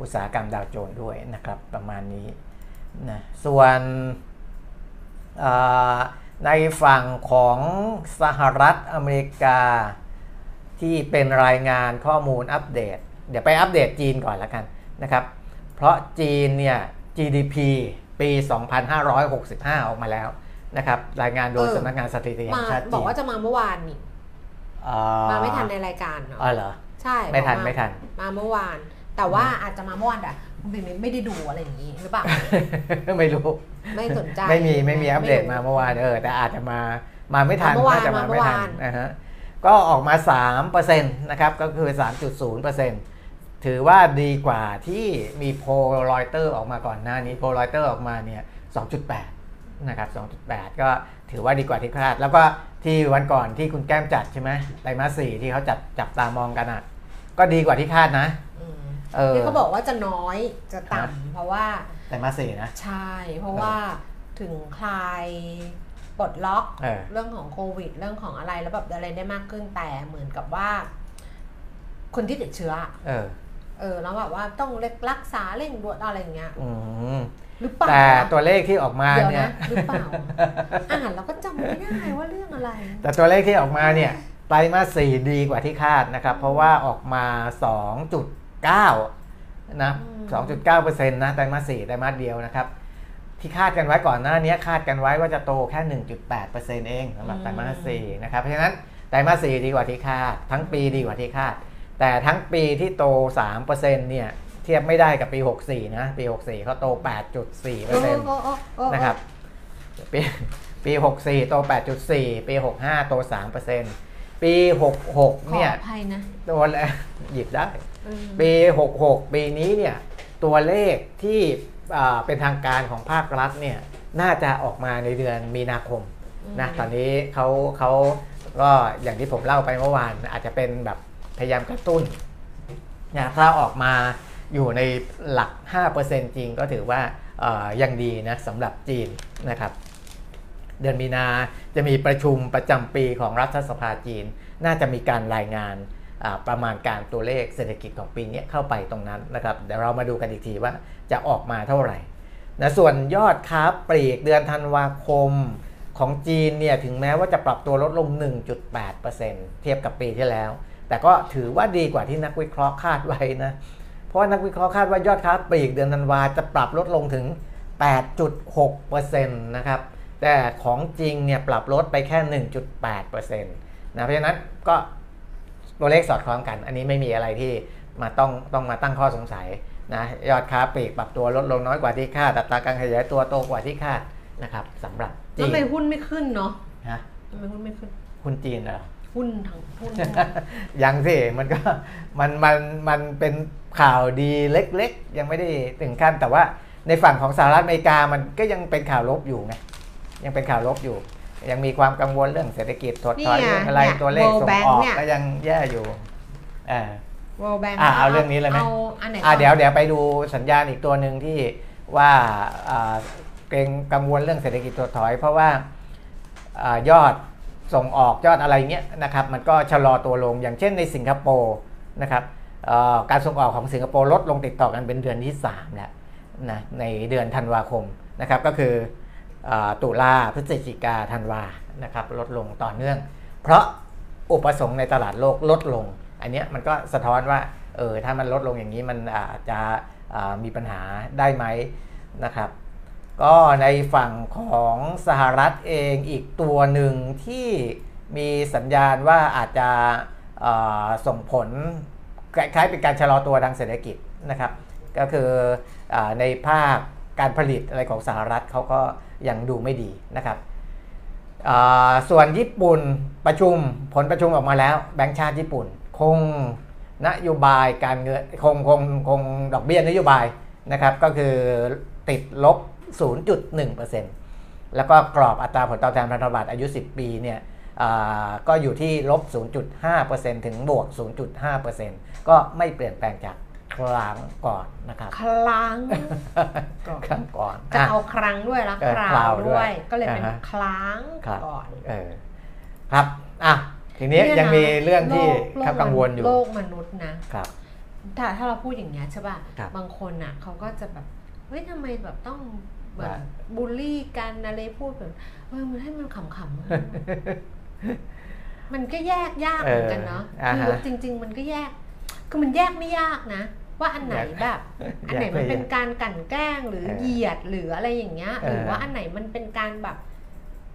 Speaker 3: อุตสาหกรรมดาวโจนส์ด้วยนะครับประมาณนี้นะส่วน อ่าในฝั่งของสหรัฐอเมริกา ที่เป็นรายงานข้อมูลอัปเดต เดี๋ยวไปอัปเดตจีนก่อนละกันนะครับ เพราะจีนเนี่ย GDP ปี 2565 ออกมาแล้วนะครับรายงานโดย
Speaker 2: เออ
Speaker 3: สำนักงานสถิติแห่
Speaker 2: มาง
Speaker 3: ชาติจีน
Speaker 2: บอกว่าจะมาเมื่อวานนี่
Speaker 3: อ่
Speaker 2: มาไม่ทันในรายการเนาะ
Speaker 3: อ๋อเหร อ
Speaker 2: ใช่
Speaker 3: ไม่ทัน
Speaker 2: บอกา
Speaker 3: ไม่ทัน
Speaker 2: มาเมื่อวาน แต่ว่าอาจจะมาเมื่อวานแต่ไม่ไม่ไม่ได้ดูอะไรอย่าง นี้หรือเปล่า
Speaker 3: ไม่รู้
Speaker 2: ไม่สนใจ
Speaker 3: ไม่มีไม่มีอัปเดต
Speaker 2: ไรู้
Speaker 3: มาเมื่อวานเออแต่อาจจะมามาไม่ทัน
Speaker 2: มาเมื่อวาน
Speaker 3: น่าจะมา
Speaker 2: มาเมื่
Speaker 3: ไม่
Speaker 2: อ
Speaker 3: ทั
Speaker 2: วาน น
Speaker 3: นะฮะก็ออกมา 3%นะครับ ก็คือ 3.0%ถือว่าดีกว่าที่มีโพลรอยเตอร์ออกมาก่อนหน้านี้โพลรอยเตอร์ออกมาเนี่ย 2.8 นะครับ 2.8 ก็ถือว่าดีกว่าที่คาด แล้วก็ที่วันก่อนที่คุณแก้มจัดใช่ไหมไตรมาสสี่ที่เขาจับจับตามองกันอ่ะ ก็ดีกว่าที่คาดนะ
Speaker 2: อืม
Speaker 3: เออ
Speaker 2: ที่เขาบอกว่าจะน้อยจะ
Speaker 3: ฮะ
Speaker 2: ต่ำเพราะว่า
Speaker 3: ไตรมาสสี่นะ
Speaker 2: ใช่ เพราะว่าถึงคลายปลดล็อก
Speaker 3: เออ
Speaker 2: เรื่องของโควิด เรื่องของอะไรแล้วแบบอะไรได้มากขึ้นแต่เหมือนกับว่า คนที่ติดเชื้ออะ
Speaker 3: เออ
Speaker 2: เออ แล้วแบบว่าต้องเร่งรักษาเร่งด่วนอะไรอย่างเงี้ย
Speaker 3: อืม
Speaker 2: หรือเปล่า
Speaker 3: แต่ตัวเลขที่ออกมา
Speaker 2: เดี๋ยว
Speaker 3: เนี่ย
Speaker 2: นะหรือเปล่า อ่านเราก็จำไม่ได้ว่าเรื่องอะไร
Speaker 3: แต่ตัวเลขที่ออกมาเนี่ยไตรมาสสี่ดีกว่าที่คาดนะครับ เพราะว่าออกมา 2.9 นะ
Speaker 2: อืม
Speaker 3: 2.9เปอร์เซ็นต์นะไตรมาสสี่ไตรมาสเดียวนะครับ ที่คาดกันไว้ก่อนหน้านี้คาดกันไว้ว่าจะโตแค่ 1.8เปอร์เซ็นต์เองสำหรับไตรมาสสี่นะครับ เพราะฉะนั้นไตรมาสสี่ดีกว่าที่คาด ทั้งปีดีกว่าที่คาด แต่ทั้งปีที่โต3เปอร์เซ็นต์เนี่ยเทียบไม่ได้กับปี 64 นะ ปี 64เขาโต 8.4เปอร์เซ็นต์
Speaker 2: โอ้โอ้โอ้โอ้
Speaker 3: นะครับปีปี64โต8.4 ปี 65โต3%ปี 66
Speaker 2: ขอ
Speaker 3: เนี่ย
Speaker 2: อภัยนะ
Speaker 3: โตแล้ว หยิบได้
Speaker 2: เออ
Speaker 3: ปี 66 ปีนี้เนี่ยตัวเลขที่อ่าเป็นทางการของภาครัฐเนี่ยน่าจะออกมาในเดือนมีนาคมนะตอนนี้เขาเขาก็อย่างที่ผมเล่าไปเมื่อวาน อาจจะเป็นแบบพยายามกระตุ้นนะถ้าออกมาอยู่ในหลัก 5%จริงก็ถือว่าเอ่อยังดีนะสำหรับจีนนะครับ เดือนมีนาจะมีประชุมประจำปีของรัฐสภาจีน น่าจะมีการรายงานอ่าประมาณการตัวเลขเศรษฐกิจของปีเนี้ยเข้าไปตรงนั้นนะครับเดี๋ยวเรามาดูกันอีกทีว่าจะออกมาเท่าไหร่นะส่วนยอดค้าปลีกเดือนธันวาคมของจีนเนี่ยถึงแม้ว่าจะปรับตัวลดลง 1.8%เทียบกับปีที่แล้ว แต่ก็ถือว่าดีกว่าที่นักวิเคราะห์คาดไว้นะ เพราะว่านักวิเคราะห์คาดว่ายอดค้าปลีกเดือนธันวาจะปรับลดลงถึง 8.6%นะครับ แต่ของจริงเนี่ยปรับลดไปแค่ 1.8%นะ เพราะฉะนั้นก็ตัวเลขสอดคล้องกัน อันนี้ไม่มีอะไรที่มาต้องต้องมาตั้งข้อสงสัยนะ ยอดค้าปลีกปรับตัวลดลงน้อยกว่าที่คาดอัตราการขยายตัวโตกว่าที่คาดนะครับสำหรับจี
Speaker 2: ทำ
Speaker 3: น
Speaker 2: ไมหุ้นไม่ขึ้นเนาะ
Speaker 3: นะ
Speaker 2: ทำไมหุ้นไม่ขึ้น
Speaker 3: คุณจีนเหรอ
Speaker 2: หุ้นทั้งหุ้น
Speaker 3: ยังสิมันก็มันมันมันเป็นข่าวดีเล็กๆ ยังไม่ได้ถึงขั้นแต่ว่าในฝั่งของสหรัฐอเมริกามันก็ยังเป็นข่าวลบอยู่ไงยังเป็นข่าวลบอยู่ ยังมีความกังวลเรื่องเศรษฐกิจถดถอย
Speaker 2: นี่ไง
Speaker 3: เรื่องอะไร
Speaker 2: เนี่ย
Speaker 3: ตัวเลข
Speaker 2: World
Speaker 3: ส่ง
Speaker 2: Bank
Speaker 3: ออก
Speaker 2: เนี่ย
Speaker 3: ก็ยังแย่อยู่อ่า
Speaker 2: World Bank
Speaker 3: อ่ะเอาเรื่องนี้เลยไหม
Speaker 2: เอาอันไหน
Speaker 3: อ่ะ
Speaker 2: ก่น
Speaker 3: เดี๋ยวเดี๋ยวไปดูสัญญาณอีกตัวหนึ่งที่ว่าอ่าเกรงกังวลเรื่องเศรษฐกิจถดถอย เพราะว่าอายอดส่งออกยอดอะไรเงี้ยนะครับมันก็ชะลอตัวลงอย่างเช่นในสิงคโปร์นะครับเอ่อการส่งออกของสิงคโปร์ลดลงติดต่อกันเป็นเดือนที่ 3 แล้วนะในเดือนธันวาคมนะครับก็คืออาตุลาพฤศจิกาธันวานะครับลดลงต่อเนื่อง เพราะอุปสงค์ในตลาดโลกลดลง อันเนี้ยมันก็สะท้อนว่าเออถ้ามันลดลงอย่างนี้มันอาจจะอ่ามีปัญหาได้ไหมนะครับ ก็ในฝั่งของสหรัฐเองอีกตัวหนึ่งที่มีสัญญาณว่าอาจจะเอ่อส่งผลคล้ายๆเป็นการชะลอตัวทางเศรษฐกิจนะครับ ก็คืออาในภาคการผลิตอะไรของสหรัฐเขาก็ยังดูไม่ดีนะครับ อ่าส่วนญี่ปุ่นประชุมผลประชุมออกมาแล้ว แบงก์ชาติญี่ปุ่น คงนโยบายการเงินคงคงคงดอกเบี้ยนโยบายนะครับก็คือติดลบ 0.1%แล้วก็กรอบอัตราผลตอบแทนพันธบัตรอายุ 10 ปีเนี่ยอ่าก็อยู่ที่ลบ 0.5%ถึงบวก 0.5%ก็ไม่เปลี่ยนแปลงจากครั้งก่อนนะครับ
Speaker 2: ครั้งก่อน
Speaker 3: ครั้งก่อน
Speaker 2: จะ
Speaker 3: อ่ะ
Speaker 2: เอาครั้งด้วยละ
Speaker 3: เออ
Speaker 2: คราว
Speaker 3: คราวด้
Speaker 2: ด้
Speaker 3: ว
Speaker 2: วย ย ก็เลยเป็น
Speaker 3: อ่าฮะ
Speaker 2: ครั้ง
Speaker 3: ครับ
Speaker 2: ก่อน
Speaker 3: เออครับอ่ะทีนี้
Speaker 2: เนี่
Speaker 3: ยัง
Speaker 2: นะ
Speaker 3: มีเรื่องที่
Speaker 2: โลกโล
Speaker 3: ครับกังวลอยู่
Speaker 2: โลกมนุษย์นะ
Speaker 3: ครับ
Speaker 2: ถ้าถ้าเราพูดอย่างเงี้ยใช่ป่ะ
Speaker 3: ครับ
Speaker 2: บางคนอ่ะเขาก็จะแบบ เฮ้ยทำไมแบบต้องเหมือน
Speaker 3: ว่า
Speaker 2: บูลลี่กันอะไรพูดแบบเออมันให้มันขำๆ มันก็แยกยากเหมือนกันเนาะ
Speaker 3: เอออ่าฮะ
Speaker 2: คือจริง ๆ มันก็แยก คือมันแยกไม่ยากนะ ว่าอันไหน
Speaker 3: แยก
Speaker 2: แบบ อันไหน
Speaker 3: แยกไม่
Speaker 2: มันเป็น
Speaker 3: ยาก
Speaker 2: การกลั่นแกล้งหรือ
Speaker 3: เออ
Speaker 2: เหยียดหรืออะไรอย่างเงี้ย
Speaker 3: เอ
Speaker 2: ห
Speaker 3: อ
Speaker 2: รือว่าอันไหนมันเป็นการแบบ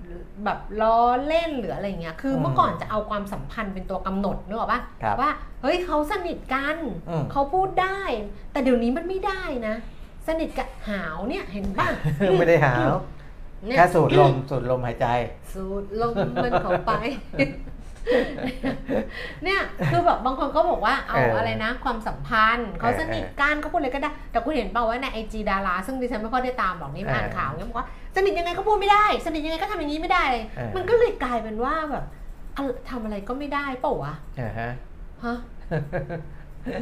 Speaker 2: หรือแบบล้อเล่นหรืออะไรอย่างเงี้ย คืออ
Speaker 3: ม
Speaker 2: เมื่อก่อนจะเอาความสัมพันธ์เป็นตัวกำหนดนึกออกปะ
Speaker 3: ครับ
Speaker 2: ว่า เฮ้ยเขาสนิทกัน
Speaker 3: อืม
Speaker 2: เขาพูดได้ แต่เดี๋ยวนี้มันไม่ได้นะ สนิทกับหาวเนี่ยเห็นป่ะ
Speaker 3: ไม่ได้หาว
Speaker 2: เนี่ย
Speaker 3: แค่สูดลม สูดลมหายใจ
Speaker 2: สูดลมมันเข้าไป เนี่ยคือแบบบางคนก็บอกว่าเอา
Speaker 3: เอออ
Speaker 2: อะไรนะ ความสัมพันธ์เขา
Speaker 3: เออ
Speaker 2: สนิทกันเขาพูดเลยก็ได้ แต่คุณเห็นเปล่าว่าในไอจีดาราซึ่งดิฉันไม่ค่อยได้ตามหรอกนี่
Speaker 3: เออ
Speaker 2: ผ่านข่าวเงี้ยบอกว่าสนิทยังไงก็พูดไม่ได้ สนิทยังไงก็ทำอย่างนี้ไม่ได้เลย
Speaker 3: เออ
Speaker 2: มันก็เลยกลายเป็นว่าแบบอะไรทำอะไรก็ไม่ได้เปล่าวะ
Speaker 3: อ่าฮะ
Speaker 2: ฮะ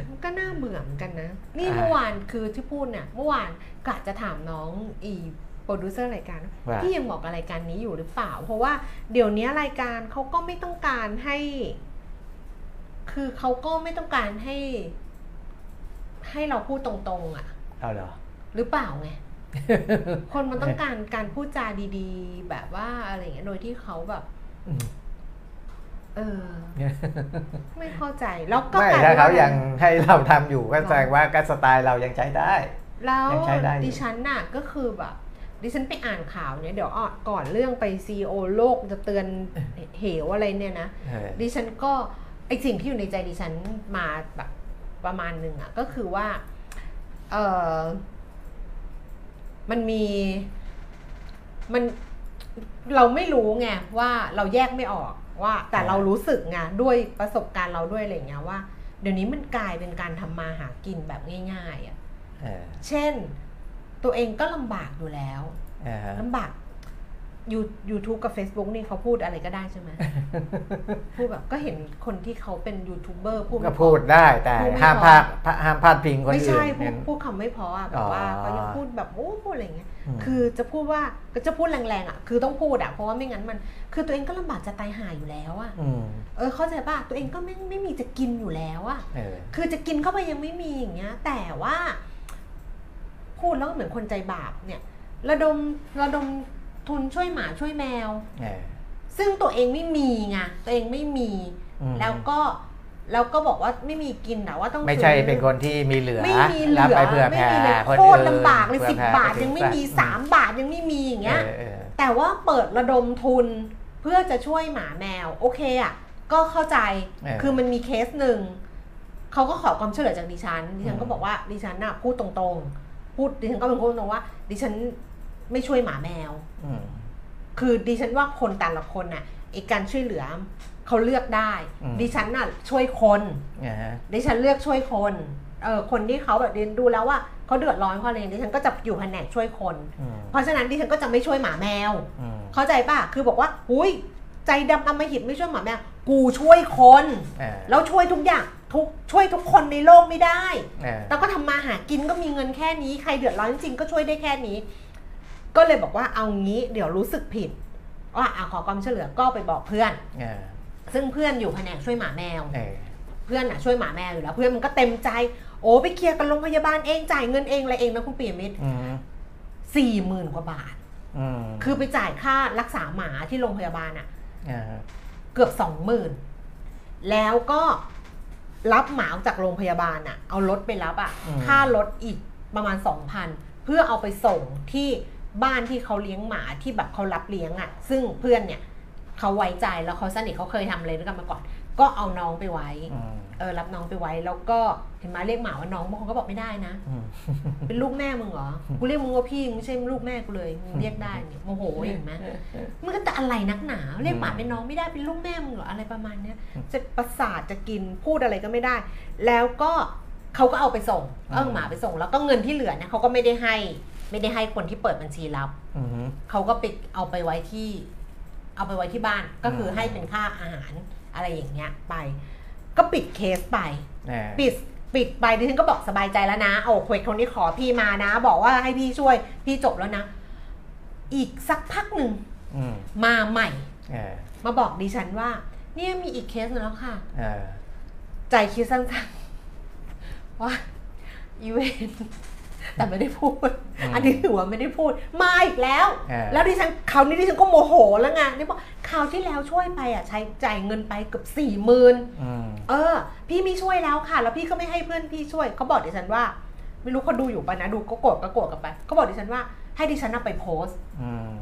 Speaker 2: มันก็น่าเบื่อเหมือนกันนะ นี่
Speaker 3: อ่า
Speaker 2: เมื่อวานคือที่พูดเนี่ยเมื่อวานกะจะถามน้องอีโปรดิวเซอร์รายการ
Speaker 3: ว่า
Speaker 2: พี่ยังบอกกับรายการนี้อยู่หรือเปล่า เพราะว่าเดี๋ยวนี้รายการเขาก็ไม่ต้องการให้ คือเขาก็ไม่ต้องการให้ ให้เราพูดตรงๆ อ่ะ
Speaker 3: เอา เหรอ
Speaker 2: หรือเปล่าไง คนมันต้องการการพูดจาดีๆ แบบว่าอะไรอย่างเงี้ยโดยที่เขาแบบ
Speaker 3: อืม
Speaker 2: เออ ไม่เข้าใจแล้วก็
Speaker 3: ไม่
Speaker 2: กลาย
Speaker 3: ถ้า
Speaker 2: เป็น
Speaker 3: เขา
Speaker 2: ว่
Speaker 3: ยังให้เราทำอยู่ก็แสดงว่าก็สไตล์เรายังใช้ได้
Speaker 2: แล้ว
Speaker 3: ยังใช้ได้อยู่
Speaker 2: ดิฉันน่ะก็คือแบบดิฉันไปอ่านข่าวเนี่ยเดี๋ยวอ่ะก่อนเรื่องไปซีโอโลกจะเตือนเหวอะไรเนี่ยนะ
Speaker 3: เออ
Speaker 2: ดิฉันก็ไอสิ่งที่อยู่ในใจดิฉันมาแบบประมาณหนึ่งอะก็คือว่าเออมันมีมันเราไม่รู้ไงว่าเราแยกไม่ออกว่า แต่
Speaker 3: อ่า
Speaker 2: เรารู้สึกไงด้วยประสบการณ์เราด้วยอะไรอย่างเงี้ยว่า เดี๋ยวนี้มันกลายเป็นการทำมาหากินแบบง่ายๆอะ
Speaker 3: เออ
Speaker 2: เช่น ตัวเองก็ลำบากอยู่แล้ว
Speaker 3: อ่าฮะ
Speaker 2: ลำบากยูยูทูบกับ Facebook นี่เขาพูดอะไรก็ได้ใช่ไหม พูดแบบก็เห็นคนที่เขาเป็นยูทูบเบอร์พูดไม่
Speaker 3: ก็
Speaker 2: เพ
Speaker 3: พู
Speaker 2: ราะ
Speaker 3: ดได้แต่
Speaker 2: พูดไม่
Speaker 3: ห้าม
Speaker 2: พอ
Speaker 3: พาดห้ามพาดพิงคน
Speaker 2: ไม่
Speaker 3: อื่น
Speaker 2: ใช่พูด
Speaker 3: น
Speaker 2: พูดคำไม่เพออ่ะแบบว่า
Speaker 3: อ๋อ
Speaker 2: เขายังพูดแบบโอ้พูดอะไรอย่างเงี้ย
Speaker 3: ม
Speaker 2: คือจะพูดว่าก็จะพูดแรงๆอ่ะ คือต้องพูดอ่ะเพราะว่าไม่งั้นมัน คือตัวเองก็ลำบากจะตายหายอยู่แล้วอ่ะ
Speaker 3: อืม
Speaker 2: เออเข้าใจป่ะตัวเองก็ไม่ไม่มีจะกินอยู่แล้วอ่ะ
Speaker 3: เออ
Speaker 2: คือจะกินเข้าไปยังไม่มีอย่างเงี้ย แต่ว่า พูดแล้วก็เหมือนคนใจบาปเนี่ย ระดมระดมทุนช่วยหมาช่วยแมว
Speaker 3: เออ
Speaker 2: ซึ่งตัวเองไม่มีไงตัวเองไม่มี
Speaker 3: อืม
Speaker 2: แล้วก็ แล้วก็บอกว่าไม่มีกินนะว่าต้อง
Speaker 3: ไม่ใช่
Speaker 2: ซื้อ
Speaker 3: เป็นคนที่มีเหลือ
Speaker 2: ไม่มีเหลื
Speaker 3: รับ
Speaker 2: อ
Speaker 3: ไปเผื่อ
Speaker 2: ไม่
Speaker 3: แผ่
Speaker 2: มีเลย
Speaker 3: คน
Speaker 2: โค
Speaker 3: อื่
Speaker 2: ตร
Speaker 3: น
Speaker 2: ลำบากเลย
Speaker 3: ผื่อ
Speaker 2: สิบ
Speaker 3: แผ่
Speaker 2: บาท
Speaker 3: คนอื่น
Speaker 2: ยังไม่มีสามบาทยังไม่มีอย่างเงี้ย
Speaker 3: ออออ
Speaker 2: แต่ว่าเปิดระดมทุนเพื่อจะช่วยหมาแมว โอเคอ่ะก็เข้าใจ
Speaker 3: เออ
Speaker 2: คือมันมีเคสหนึ่ง เขาก็ขอความช่วยเหลือจากดิฉัน ดิฉัน
Speaker 3: อืม
Speaker 2: ก็บอกว่าดิฉันน่ะพูดตรงๆ พูดดิฉันก็เป็นคนตรงๆว่าดิฉันไม่ช่วยหมาแมว
Speaker 3: อืม
Speaker 2: คือดิฉันว่าคนแต่ละคนน่ะไอการช่วยเหลือเขาเลือกได้
Speaker 3: อืม
Speaker 2: ดิฉันน่ะช่วยคน
Speaker 3: นะฮะ
Speaker 2: ดิฉันเลือกช่วยคนเออคนที่เขาแบบเรียนดูแล้วว่าเขาเดือดร้อนเขาอะไรดิฉันก็จะอยู่แผนกช่วยคน
Speaker 3: อืม
Speaker 2: เพราะฉะนั้นดิฉันก็จะไม่ช่วยหมาแมว
Speaker 3: อืม
Speaker 2: เข้าใจป่ะ คือบอกว่าหุยใจดำอำมหิตไม่ช่วยหมาแมว กูช่วยคน
Speaker 3: เออ
Speaker 2: แล้วช่วยทุกอย่างทุกช่วยทุกคนในโลกไม่ได้
Speaker 3: เออ
Speaker 2: แล้วก็ทำมาหากินก็มีเงินแค่นี้ใครเดือดร้อนจริงๆก็ช่วยได้แค่นี้ ก็เลยบอกว่าเอางี้เดี๋ยวรู้สึกผิดว่าอ่ะขอความช่วยเหลือก็ไปบอกเพื่อน
Speaker 3: เออ
Speaker 2: ซึ่งเพื่อนอยู่แผนกช่วยหมาแมว
Speaker 3: เออ
Speaker 2: เพื่อนอ่ะช่วยหมาแมวอยู่แล้วเพื่อนมันก็เต็มใจ โอ้ไปเคลียร์กันโรงพยาบาลเองจ่ายเงินเองอะไรเองนะคุณปิยมิตร
Speaker 3: อืม
Speaker 2: สี่หมื่นกว่าบาท
Speaker 3: อืม
Speaker 2: คือไปจ่ายค่ารักษาหมาที่โรงพยาบาลอ่ะ
Speaker 3: อ่า
Speaker 2: เกือบสองหมื่นแล้วก็รับหมาออกจากโรงพยาบาลอะเอารถไปรับอะค่ารถอีกประมาณสองพันเพื่อเอาไปส่งที่บ้านที่เขาเลี้ยงหมาที่แบบเขารับเลี้ยงอะซึ่งเพื่อนเนี่ยเขาไว้ใจแล้วเขาสนิทเขาเคยทำอะไรด้วยกันมาก่อน ก็เอาน้องไปไว้
Speaker 3: อืม
Speaker 2: เออรับน้องไปไว้แล้วก็เห็นไหมาเรียกหมาว่าน้องบางคนก็บอกไม่ได้นะ
Speaker 3: อืม
Speaker 2: เป็นลูกแม่มึงเหรอ กูเรียกมึงว่าพี่มึงไม่ใช่ลูกแม่กูเลยมึงเรียกได้เนี่ยโมโหเห็นไหมมันก็จะอะไรนักหนา เรียกหมาเป็นน้องไม่ได้เป็นลูกแม่มึงเหรออะไรประมาณเนี้ย จะประสาทจะกินพูดอะไรก็ไม่ได้ แล้วก็เขาก็เอาไปส่งเอาหมาไปส่ง แล้วก็เงินที่เหลือเนี่ยเขาก็ไม่ได้ให้ ไม่ได้ให้คนที่เปิดบัญชีรับ
Speaker 3: อืม
Speaker 2: เขาก็ไปเอาไปไว้ที่ เอาไปไว้ที่บ้านก็คือ
Speaker 3: ม
Speaker 2: ให้เป็นค่าอาหารอะไรอย่างเงี้ยไป ก็ปิดเคสไป
Speaker 3: อ่า
Speaker 2: ปิดปิดไปดิฉันก็บอกสบายใจแล้วนะโอ้เควสคนนี้ขอพี่มานะ บอกว่าให้พี่ช่วยพี่จบแล้วนะ อีกสักพักหนึ่ง
Speaker 3: อืม
Speaker 2: มาใหม่
Speaker 3: อ่า
Speaker 2: มาบอกดิฉันว่า เนี่ยมีอีกเคสหนึงแล้วค่ะ
Speaker 3: อ่า
Speaker 2: ใจคิดสั้นๆว่าอีเวนแต่ไม่ได้พูด อันนี้ถือว่าไม่ได้พูด มาอีกแล้ว
Speaker 3: อ่า
Speaker 2: แล้วดิฉันคราวนี้ดิฉันก็โมโหแล้วไงนี่บอกคราวที่แล้วช่วยไปอ่ะใช้จ่ายเงินไปเกือบสี่หมื่น
Speaker 3: อืม
Speaker 2: เออ พี่ไม่ช่วยแล้วค่ะ แล้วพี่ก็ไม่ให้เพื่อนพี่ช่วยเขาบอกดิฉันว่า ไม่รู้เขาดูอยู่ปะนะ ดูก็โกรธก็โกรธกันไปเขาบอกดิฉันว่าให้ดิฉันนำไปโพส
Speaker 3: อืม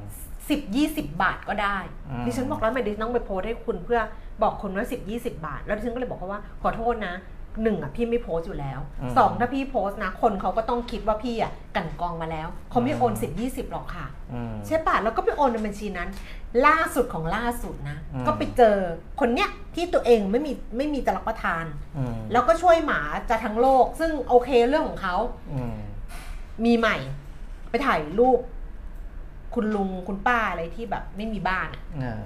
Speaker 2: สิบยี่สิบบาทก็ได้
Speaker 3: อืม
Speaker 2: ดิฉันบอกแล้วทำไมดิฉันต้องไปโพสให้คุณเพื่อบอกคุณว่าสิบยี่สิบาท แล้วดิฉันก็เลยบอกเขาว่าขอโทษนะหนึ่งอ่ะพี่ไม่โพสต์อยู่แล้วสองถ้าพี่โพสต์นะ คนเขาก็ต้องคิดว่าพี่อ่ะกลันกรองมาแล้วเขาไม่โอนสิบยี่สิบหรอกค่ะ
Speaker 3: อืม
Speaker 2: ใช่ป่ะแล้วก็ไปโอนในบัญชีนั้น ล่าสุดของล่าสุดนะ
Speaker 3: อืม
Speaker 2: ก็ไปเจอคนเนี้ยที่ตัวเองไม่มีไม่มีจะรับประทาน
Speaker 3: อืม
Speaker 2: แล้วก็ช่วยหมาจะทั้งโลก ซึ่งโอเคเรื่องของเขา
Speaker 3: อืม
Speaker 2: มีใหม่ ไปถ่ายรูป คุณลุงคุณป้าอะไรที่แบบไม่มีบ้านอะ
Speaker 3: อ่า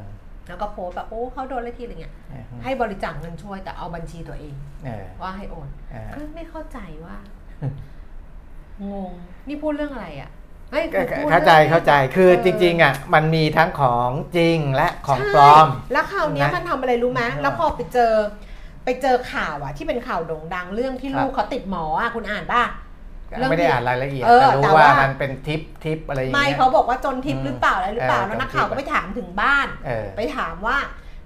Speaker 2: แล้วก็โพสต์แบบโอ้เขาโดนอะไรทีอะไรเงี้ย
Speaker 3: อ่า
Speaker 2: ให้บริจาคเงินช่วยแต่เอาบัญชีตัวเอง
Speaker 3: อ่า
Speaker 2: ว่าให้โอน
Speaker 3: อ่า
Speaker 2: ก็ไม่เข้าใจว่า งง นี่พูดเรื่องอะไรอะเฮ้ยคือพูด
Speaker 3: เข้าใจ
Speaker 2: รื่อง
Speaker 3: เข้าใจคือ
Speaker 2: เออ
Speaker 3: จริง ๆ อ่ะ มันมีทั้งของจริงและของปลอม
Speaker 2: ใช่แล้วข่าวเนี้ย
Speaker 3: นะ
Speaker 2: มันทำอะไรรู้ไหม
Speaker 3: เออ
Speaker 2: แล้วพอไปเจอ ไปเจอข่าวอะที่เป็นข่าวโด่งดังเรื่องที่
Speaker 3: ครับ
Speaker 2: ลูกเขาติดหมออะคุณอ่านป่ะ
Speaker 3: ไม่ได้อ่านรายละเอียด
Speaker 2: เออ
Speaker 3: แต่รู้
Speaker 2: แต่
Speaker 3: ว่า
Speaker 2: ว่ามั
Speaker 3: มันเป็นทิปทิปอะไรอย่าง
Speaker 2: ไม่
Speaker 3: เงี้ย
Speaker 2: เขาบอกว่าจนทิป
Speaker 3: อืม
Speaker 2: หรือเปล่าอะไรหรือเปล่า
Speaker 3: เออ
Speaker 2: แล้วนัก
Speaker 3: จนทิป
Speaker 2: ข่าวก็ไปถามถึงบ้าน
Speaker 3: เออ
Speaker 2: ไปถามว่า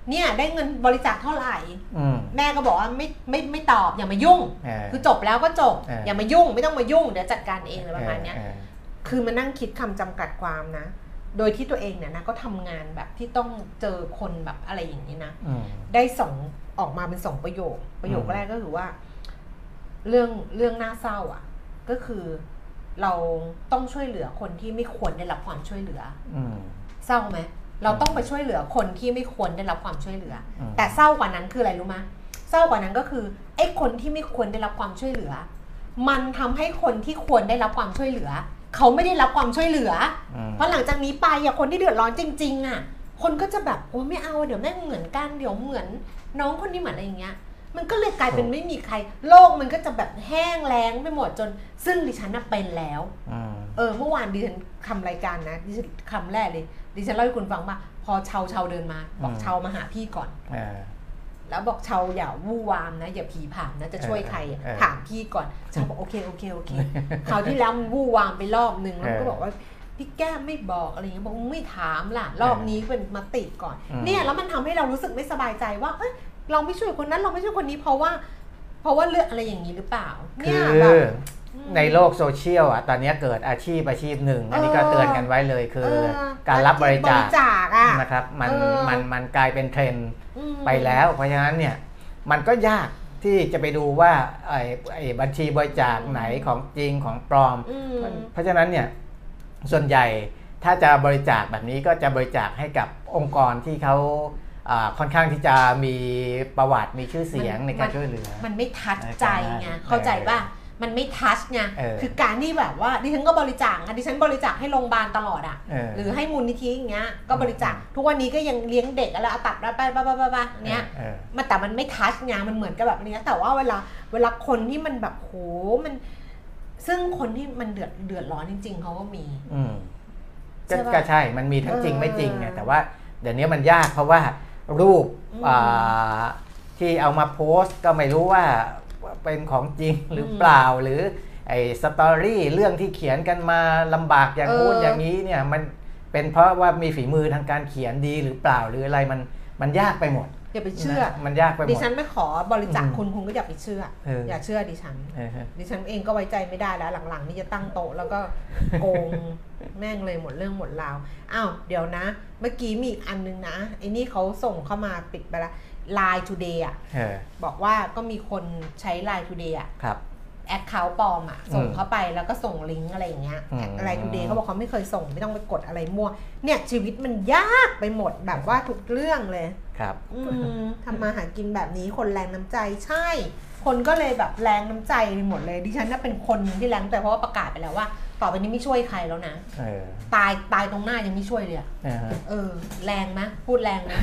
Speaker 2: เนี่ยได้เงินบริจาคเท่าไหร่
Speaker 3: อืม
Speaker 2: แม่ก็บอกว่าไม่ไม่ไม่ตอบอย่ามายุ่ง
Speaker 3: เออ
Speaker 2: คือจบแล้วก็จบ
Speaker 3: เอออ
Speaker 2: อย่ามายุ่ง ไม่ต้องมายุ่งเดี๋ยวจัดการเองอะไรประมาณเนี้ย
Speaker 3: เออ
Speaker 2: คือมานั่งคิดคำจำกัดความนะ โดยที่ตัวเองเนี่ยนะก็ทำงานแบบที่ต้องเจอคนแบบอะไรอย่างนี้นะ
Speaker 3: อืม
Speaker 2: ได้สองออกมาเป็นสองประโยค ประโยค
Speaker 3: อืม
Speaker 2: แรกก็คือว่า เรื่องเรื่องน่าเศร้าอ่ะ ก็คือเราต้องช่วยเหลือคนที่ไม่ควรได้รับความช่วยเหลือ
Speaker 3: อืม
Speaker 2: เศร้าไหมเราต้องไปช่วยเหลือคนที่ไม่ควรได้รับความช่วยเหลืออ
Speaker 3: ม
Speaker 2: แต่เศร้ากว่านั้นคืออะไรรู้ไหมเศร้ากว่านั้นก็คือไอ้คนที่ไม่ควรได้รับความช่วยเหลือ มันทำให้คนที่ควรได้รับความช่วยเหลือ เขาไม่ได้รับความช่วยเหลือ
Speaker 3: อืม
Speaker 2: เพราะหลังจากนี้ไปอะคนที่เดือดร้อนจริง ๆอะคนก็จะแบบโอ้ไม่เอาเดี๋ยวแม่งเหมือนกันเดี๋ยวเหมือน น้องคนนี้เหมือนอะไรอย่างเงี้ย มันก็เลยกลายเป็นไม่มีใคร โลกมันก็จะแบบแห้งแล้งไปหมดจน ซึ่งดิฉันน่ะเป็นแล้ว
Speaker 3: อืม
Speaker 2: เออเมื่อวานดิฉันทำรายการนะดิฉันคำแรกเลย ดิฉันเล่าให้คุณฟังว่าพอเชาเชาเดินมา บอก
Speaker 3: อืม
Speaker 2: เชามาหาพี่ก่อน
Speaker 3: เออ
Speaker 2: แล้วบอกเชาอย่าวู่วามนะ อย่าผีผามนะจะช่วยใครอะ
Speaker 3: เออเออ
Speaker 2: ถามพี่ก่อนเชาบอกโอเคโอเค โอเคคราวที่แล้วมันวู่วามไปรอบนึงแล้วมันก็
Speaker 3: เออ
Speaker 2: บอกว่าพี่แก้มไม่บอกอะไรเงี้ยบอกมึงไม่ถามล่ะ รอบนี้เป็นมาติก่อน
Speaker 3: อืม
Speaker 2: เนี่ยแล้วมันทำให้เรารู้สึกไม่สบายใจว่าเอ้ย เราไม่ช่วยคนนั้นเราไม่ช่วยคนนี้เพราะว่า เพราะว่าเลือกอะไรอย่างนี้หรือเปล่า
Speaker 3: คื
Speaker 2: เนี่ย
Speaker 3: อ
Speaker 2: แบบม
Speaker 3: ในโลกโซเชียลอ่ะตอนเนี้ยเกิดอาชีพอาชีพหนึ่ง อันนี้ก็
Speaker 2: เออ
Speaker 3: เตือนกันไว้เลยคือ
Speaker 2: เออ
Speaker 3: การรับบริจาค
Speaker 2: อ่ะ
Speaker 3: นะครับมัน
Speaker 2: เออ
Speaker 3: มันมันกลายเป็นเทรนด์
Speaker 2: อืม
Speaker 3: ไปแล้วเพราะฉะนั้นเนี่ยมันก็ยากที่จะไปดูว่าไอ้ไอ้บัญชีบริจาคไหนของจริงของปลอม
Speaker 2: อืม
Speaker 3: เพราะฉะนั้นเนี่ยส่วนใหญ่ถ้าจะบริจาคแบบนี้ก็จะบริจาคให้กับองค์กรที่เขาอ่าค่อนข้างที่จะมีประวัติมีชื่อเสียง
Speaker 2: มัน
Speaker 3: ในการ
Speaker 2: มัน
Speaker 3: ช่วยเหลือ
Speaker 2: มันไม่ทัชใจไงเข้าใจป่ะมันไม่ทัชไง
Speaker 3: เออ
Speaker 2: คือการที่แบบว่าดิฉันก็บริจาคอ่ะดิฉันบริจาคให้โรงพยาบาลตลอดอ่ะ
Speaker 3: เออ
Speaker 2: หรือให้มูลนิธิอย่างเงี้ยก็บริจาค
Speaker 3: อืม
Speaker 2: ทุกวันนี้ก็ยังเลี้ยงเด็กอะไรเอาตัดรับไปบ้าบ้าบ้าบ้าเนี้ย
Speaker 3: ออ
Speaker 2: มันแต่มันไม่ทัชไงมันเหมือนกับแบบนี้นะแต่ว่าเวลาเวลาคนที่มันแบบโหมัน ซึ่งคนที่มันเดือดเดือดร้อนจริง ๆเขาก็มี
Speaker 3: อืมก็
Speaker 2: ใช่ปะ
Speaker 3: ก็ใช่ มันมีทั้งจริง
Speaker 2: เออ
Speaker 3: ไม่จริงไงแต่ว่าเดี๋ยวนี้มันยากเพราะว่ารูป
Speaker 2: อืม
Speaker 3: อ่าที่เอามาโพสต์ก็ไม่รู้ว่าเป็นของจริงหรือเปล่าหรือไอ้สตอรี่เรื่องที่เขียนกันมาลำบากอย่าง
Speaker 2: เออ
Speaker 3: พูดอย่างนี้เนี่ยมันเป็นเพราะว่ามีฝีมือทางการเขียนดีหรือเปล่าหรืออะไรมันมันยากไปหมด
Speaker 2: อย่าไปเชื่อ
Speaker 3: นะมันยากไปห
Speaker 2: ดิ
Speaker 3: มด
Speaker 2: ฉันไม่ขอบริจาค
Speaker 3: อืม
Speaker 2: คุณคุณก็อย่าไปเชื่อ
Speaker 3: เออ
Speaker 2: อ
Speaker 3: อ
Speaker 2: ย่าเชื่อดิฉัน
Speaker 3: เออฮะ
Speaker 2: ดิฉันเองก็ไว้ใจไม่ได้แล้วหลังๆ นี่จะตั้งโต๊ะแล้วก็โกง แม่งเลยหมดเรื่องหมดราวอ้าวเดี๋ยวนะ เมื่อกี้มีอีกอันนึงนะไอ้นี่เขาส่งเข้ามาปิดไปละไลน์ทูเดย์อ่ะ
Speaker 3: เออ
Speaker 2: บอกว่าก็มีคนใช้ไลน์ทูเดย์อ่ะ
Speaker 3: ครับ
Speaker 2: แอคเคาท์ปลอมอะส่ง
Speaker 3: อืม
Speaker 2: เข้าไปแล้วก็ส่งลิงก์อะไรอย่างเงี้ย
Speaker 3: อืม
Speaker 2: อะไรทูเดย์เขาบอกเขาไม่เคยส่งไม่ต้องไปกดอะไรมั่ว เนี่ยชีวิตมันยากไปหมดแบบว่าทุกเรื่องเลย
Speaker 3: ครับ
Speaker 2: อืมทำมาหากินแบบนี้คนแรงน้ำใจใช่ คนก็เลยแบบแรงน้ำใจไปหมดเลยดิฉันน่ะเป็นคนหนึ่งที่แรงน้ำใจเพราะว่าประกาศไปแล้วว่า ต่อไปนี้ไม่ช่วยใครแล้วนะ
Speaker 3: เออ
Speaker 2: ตายตายตรงหน้ายังไม่ช่วยเลยอะ
Speaker 3: เออฮะ
Speaker 2: เออ แรงนะพูดแรงนะ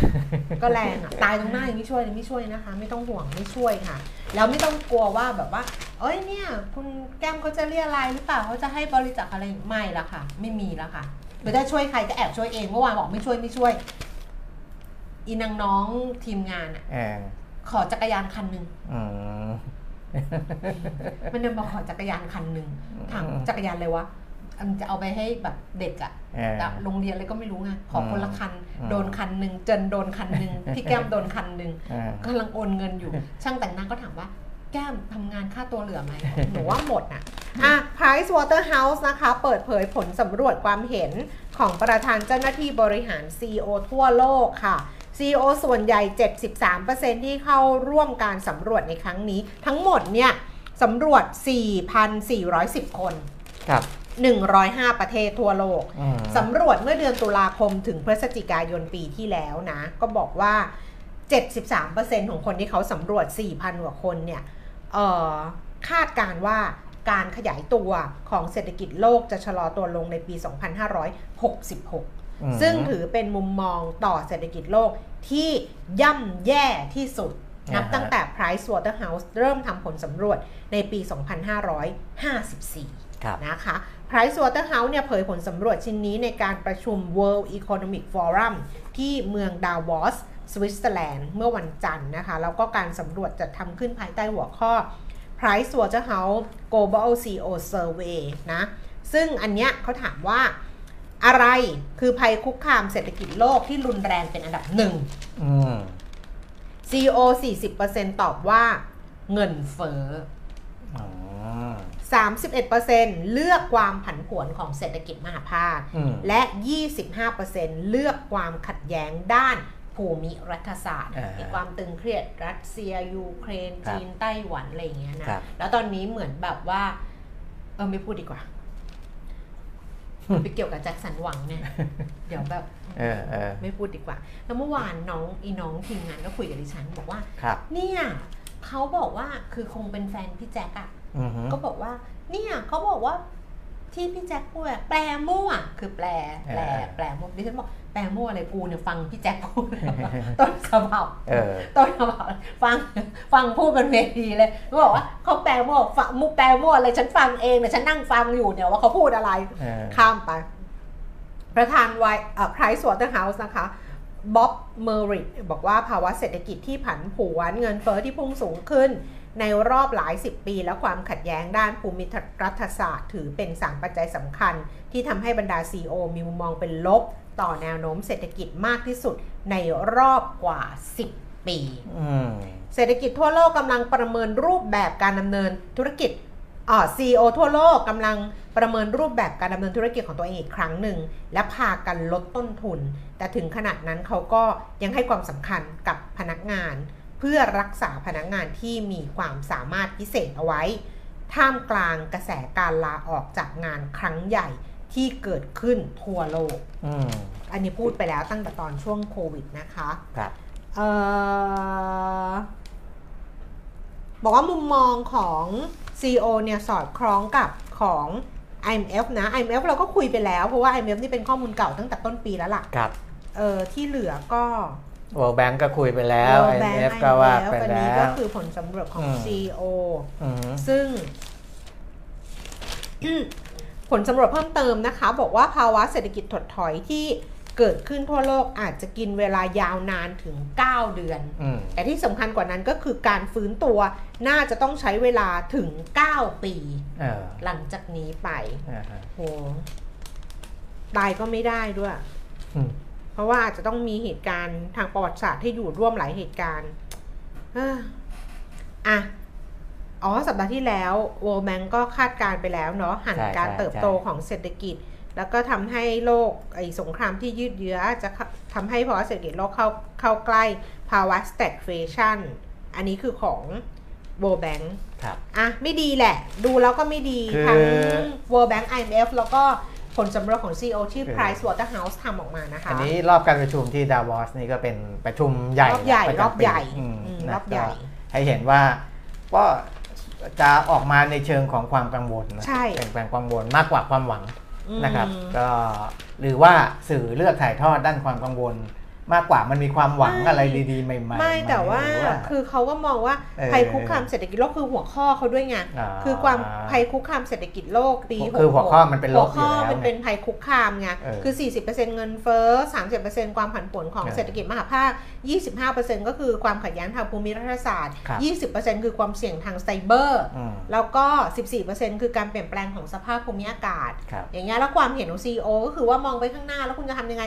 Speaker 2: ก็แรงอะตายตรงหน้ายังไม่ช่วยเลยไม่ช่วยนะคะ ไม่ต้องห่วงไม่ช่วยค่ะ แล้วไม่ต้องกลัวว่าแบบว่า เอ้ยเนี่ย คุณแก้มเขาจะเรียอะไรยหรือเปล่าเขาจะให้บริจาคอะไรไม่ละค่ะ ไม่มีละค่ะหรือถ้าช่วยใครจะแอบช่วยเองเมื่อวานบอกไม่ช่วยไม่ช่วย อีนางน้องทีมงานอะ
Speaker 3: เออ
Speaker 2: ขอจักรยานคันหนึ่ง
Speaker 3: อืม
Speaker 2: มันเดินมาขอจักรยานคันหนึ่งถาม
Speaker 3: อืม
Speaker 2: จักรยานเลยวะอันจะเอาไปให้แบบเด็กอะ
Speaker 3: เออ
Speaker 2: แต่โรงเรียนอะไรก็ไม่รู้ไงขอคนละคัน
Speaker 3: อืม
Speaker 2: โดนคันหนึ่งเจนโดนคันห นึ่งพี่แก้มโดนคันหนึ่ง
Speaker 3: เออ
Speaker 2: กำลังโอนเงินอยู่ ช่างแต่งหน้าก็ถามว่า แก้มทำงานค่าตัวเหลือไหมหนูว่าหมดอ่ะ อ่ะ Price Waterhouse นะคะ เปิดเผยผลสำรวจความเห็นของประธานเจ้าหน้าที่บริหาร CEO ทั่วโลกค่ะ CEO ส่วนใหญ่ 73%ที่เข้าร่วมการสำรวจในครั้งนี้ ทั้งหมดเนี่ยสำรวจ 4,410 คน
Speaker 3: ครับ
Speaker 2: 105 ประเทศทั่วโลก
Speaker 3: อืม
Speaker 2: สำรวจเมื่อเดือนตุลาคมถึงพฤศจิกายนปีที่แล้วนะ ก็บอกว่า 73%ของคนที่เขาสำรวจ 4,000 กว่าคนเนี่ยเอ่อคาดการณ์ว่าการขยายตัวของเศรษฐกิจโลกจะชะลอตัวลงในปี 2566
Speaker 3: อืม
Speaker 2: ซึ่งถือเป็นมุมมองต่อเศรษฐกิจโลกที่ย่ำแย่ที่สุด นับ
Speaker 3: อ่าฮะ
Speaker 2: ตั้งแต่ Price Waterhouse เริ่มทำผลสำรวจในปี 2554
Speaker 3: ครับ
Speaker 2: นะคะ Price Waterhouse เนี่ยเผยผลสำรวจชิ้นนี้ในการประชุม World Economic Forum ที่เมืองดาวอสสวิตเซอร์แลนด์เมื่อวันจันทร์นะคะ แล้วก็การสำรวจจัดทำขึ้นภายใต้หัวข้อ Price Waterhouse Global CEO Survey นะ ซึ่งอันเนี้ยเขาถามว่าอะไรคือภัยคุกคามเศรษฐกิจโลกที่รุนแรงเป็นอันดับหนึ่ง
Speaker 3: อืม
Speaker 2: CEO 40%ตอบว่าเงินเฟ้อ
Speaker 3: อ๋อ
Speaker 2: 31%เลือกความผันผวนของเศรษฐกิจมหาภาค
Speaker 3: อืม
Speaker 2: และ 25%เลือกความขัดแย้งด้านภูมิรัฐศาสตร์
Speaker 3: อ่า
Speaker 2: ไอ้ความตึงเครียดรัสเซีย ยูเครน
Speaker 3: ครับ
Speaker 2: จีน ไต้หวัน อะไรอย่างเงี้ยนะ
Speaker 3: ครับ
Speaker 2: แล้วตอนนี้เหมือนแบบว่า เออไม่พูดดีกว่า ไปเกี่ยวกับแจ็คสันหวัง เนี่ย เดี๋ยวแบบ
Speaker 3: เออเออ
Speaker 2: ไม่พูดดีกว่า แล้วเมื่อวานน้องอีน้องทีมงานก็คุยกับดิฉันบอกว่า
Speaker 3: ครับ
Speaker 2: เนี่ยเขาบอกว่าคือคงเป็นแฟนพี่แจ็คอะ
Speaker 3: อือฮึ
Speaker 2: ก็บอกว่าเนี่ยเขาบอกว่าที่พี่แจ็คพูดอะแปลมั่วคือแปลแปลแปลมั่วดิฉันบอกแปลมั่วอะไรกูเนี่ยฟังพี่แจ็คพูด ต้นฉบับ
Speaker 3: เออ
Speaker 2: ต้นฉบับฟังฟังพูดบนเวทีเลยก็บอกว่าเขาแปลมั่วฟังมุแปลมั่วอะไรฉันฟังเองเนี่ยฉันนั่งฟังอยู่เนี่ยว่าเขาพูดอะไร
Speaker 3: เออ
Speaker 2: ข้ามไป ประธานไวเอ่อ Price Waterhouse นะคะบ๊อบเมอริบอกว่าภาวะเศรษฐกิจที่ผันผวนเงินเฟอ้อที่พุ่งสูงขึ้น ในรอบหลายสิบปี และความขัดแย้งด้านภูมิรัฐศาสตร์ ถือเป็นสามปัจจัยสำคัญ ที่ทำให้บรรดา CEO มีมุมมองเป็นลบ ต่อแนวโน้มเศรษฐกิจมากที่สุดในรอบกว่า 10 ปี
Speaker 3: อืม
Speaker 2: เศรษฐกิจทั่วโลกกำลังประเมินรูปแบบการดำเนินธุรกิจอ่อ CEO ทั่วโลกกำลังประเมินรูปแบบการดำเนินธุรกิจของตัวเองอีกครั้งหนึ่ง และพากันลดต้นทุน แต่ถึงขนาดนั้นเขาก็ยังให้ความสำคัญกับพนักงาน เพื่อรักษาพนักงานที่มีความสามารถพิเศษเอาไว้ ท่ามกลางกระแสการลาออกจากงานครั้งใหญ่ที่เกิดขึ้นทั่วโลก
Speaker 3: อืม
Speaker 2: อันนี้พูดไปแล้วตั้งแต่ตอนช่วงโควิดนะคะ
Speaker 3: ครับ
Speaker 2: เอ่อบอกว่ามุมมองของ CEO เนี่ยสอดคล้องกับของ IMF นะ IMF เราก็คุยไปแล้ว เพราะว่า IMF นี่เป็นข้อมูลเก่าตั้งแต่ต้นปีแล้วล่ะ
Speaker 3: ครับ
Speaker 2: เออที่เหลือก็
Speaker 3: World Bank ก็คุยไปแล้ว
Speaker 2: World Bank
Speaker 3: IMF ก็ว่าไป
Speaker 2: อัน
Speaker 3: แล้
Speaker 2: นี้ก็
Speaker 3: ว
Speaker 2: คือผลสำรวจของ
Speaker 3: อืม
Speaker 2: CEO
Speaker 3: อืม
Speaker 2: ซึ่ง ผลสำรวจเพิ่มเติมนะคะ บอกว่าภาวะเศรษฐกิจถดถอยที่เกิดขึ้นทั่วโลกอาจจะกินเวลายาวนานถึง 9 เดือน
Speaker 3: อืม
Speaker 2: แต่ที่สำคัญกว่านั้นก็คือการฟื้นตัวน่าจะต้องใช้เวลาถึง 9 ปี
Speaker 3: เออ
Speaker 2: หลังจากนี้ไป
Speaker 3: อ่าฮะ
Speaker 2: โหตายก็ไม่ได้ด้วย
Speaker 3: อืม
Speaker 2: เพราะว่าอาจจะต้องมีเหตุการณ์ทางประวัติศาสตร์ที่อยู่ร่วมหลายเหตุการณ์ เอ้ออ่ะ อ๋อ สัปดาห์ที่แล้ว World Bank ก็คาดการณ์ไปแล้วเนาะหัน
Speaker 3: ใช่
Speaker 2: การ
Speaker 3: ใช่
Speaker 2: เติบโต
Speaker 3: ใช่
Speaker 2: ของเศรษฐกิจ แล้วก็ทำให้โลกไอ้สงครามที่ยืดเยื้อจะเข้าทำให้ภาวะเศรษฐกิจโลกเข้าเข้าใกล้ภาวะ stagflation อันนี้คือของ World Bank
Speaker 3: ครับ
Speaker 2: อ่ะ ไม่ดีแหละ ดูแล้วก็ไม่ดี
Speaker 3: คือ
Speaker 2: ทั้ง World Bank IMF แล้วก็ผลสำรวจของ CEO ที่
Speaker 3: คือ
Speaker 2: Price Waterhouse ทำออกมานะคะ
Speaker 3: อันนี้รอบการประชุมที่ดาวอสนี่ก็เป็นประชุมใหญ่
Speaker 2: รอบใหญ่
Speaker 3: ประจำ
Speaker 2: รอบใหญ่
Speaker 3: ปีม
Speaker 2: อืม
Speaker 3: นะ
Speaker 2: รอบใหญ่
Speaker 3: ก็ให้เห็นว่าก็จะออกมาในเชิงของความกังวลนะ
Speaker 2: ใช่
Speaker 3: เป็นความกังวลมากกว่าความหวัง
Speaker 2: อืม
Speaker 3: นะครับ ก็หรือว่าสื่อเลือกถ่ายทอดด้านความกังวล มากกว่ามันมีความหวัง
Speaker 2: ไม่
Speaker 3: อะไรดีๆใหม่ๆ
Speaker 2: ไม่แต่ว่า
Speaker 3: หรือ
Speaker 2: คือเขาก็มองว่า
Speaker 3: เออ
Speaker 2: ภัยคุกคามเศรษฐกิจโลกคือหัวข้อเขาด้วยไง
Speaker 3: อ่า
Speaker 2: คือความภัยคุกคามเศรษฐกิจโลกปี
Speaker 3: คือคือหัวข้อมันเป็นลบ
Speaker 2: หัวข้อ
Speaker 3: อยู่แล้ว
Speaker 2: มันเป็นภัยคุกคามไง
Speaker 3: เออ
Speaker 2: คือ 40%เงินเฟ้อ 30%ความผันผวนของ
Speaker 3: เออ
Speaker 2: เศรษฐกิจมหาภาค 25%ก็คือความขัดแย้งทางภูมิรัฐศาสตร์
Speaker 3: ครับ
Speaker 2: 20%คือความเสี่ยงทางไซเบอร์
Speaker 3: อืม
Speaker 2: แล้วก็ 14%คือการเปลี่ยนแปลงของสภาพภูมิอากาศ
Speaker 3: ครับ
Speaker 2: อย่างเงี้ยแล้วความเห็นของ CEO ก็คือว่ามองไปข้างหน้าแล้วคุณจะทำยังไง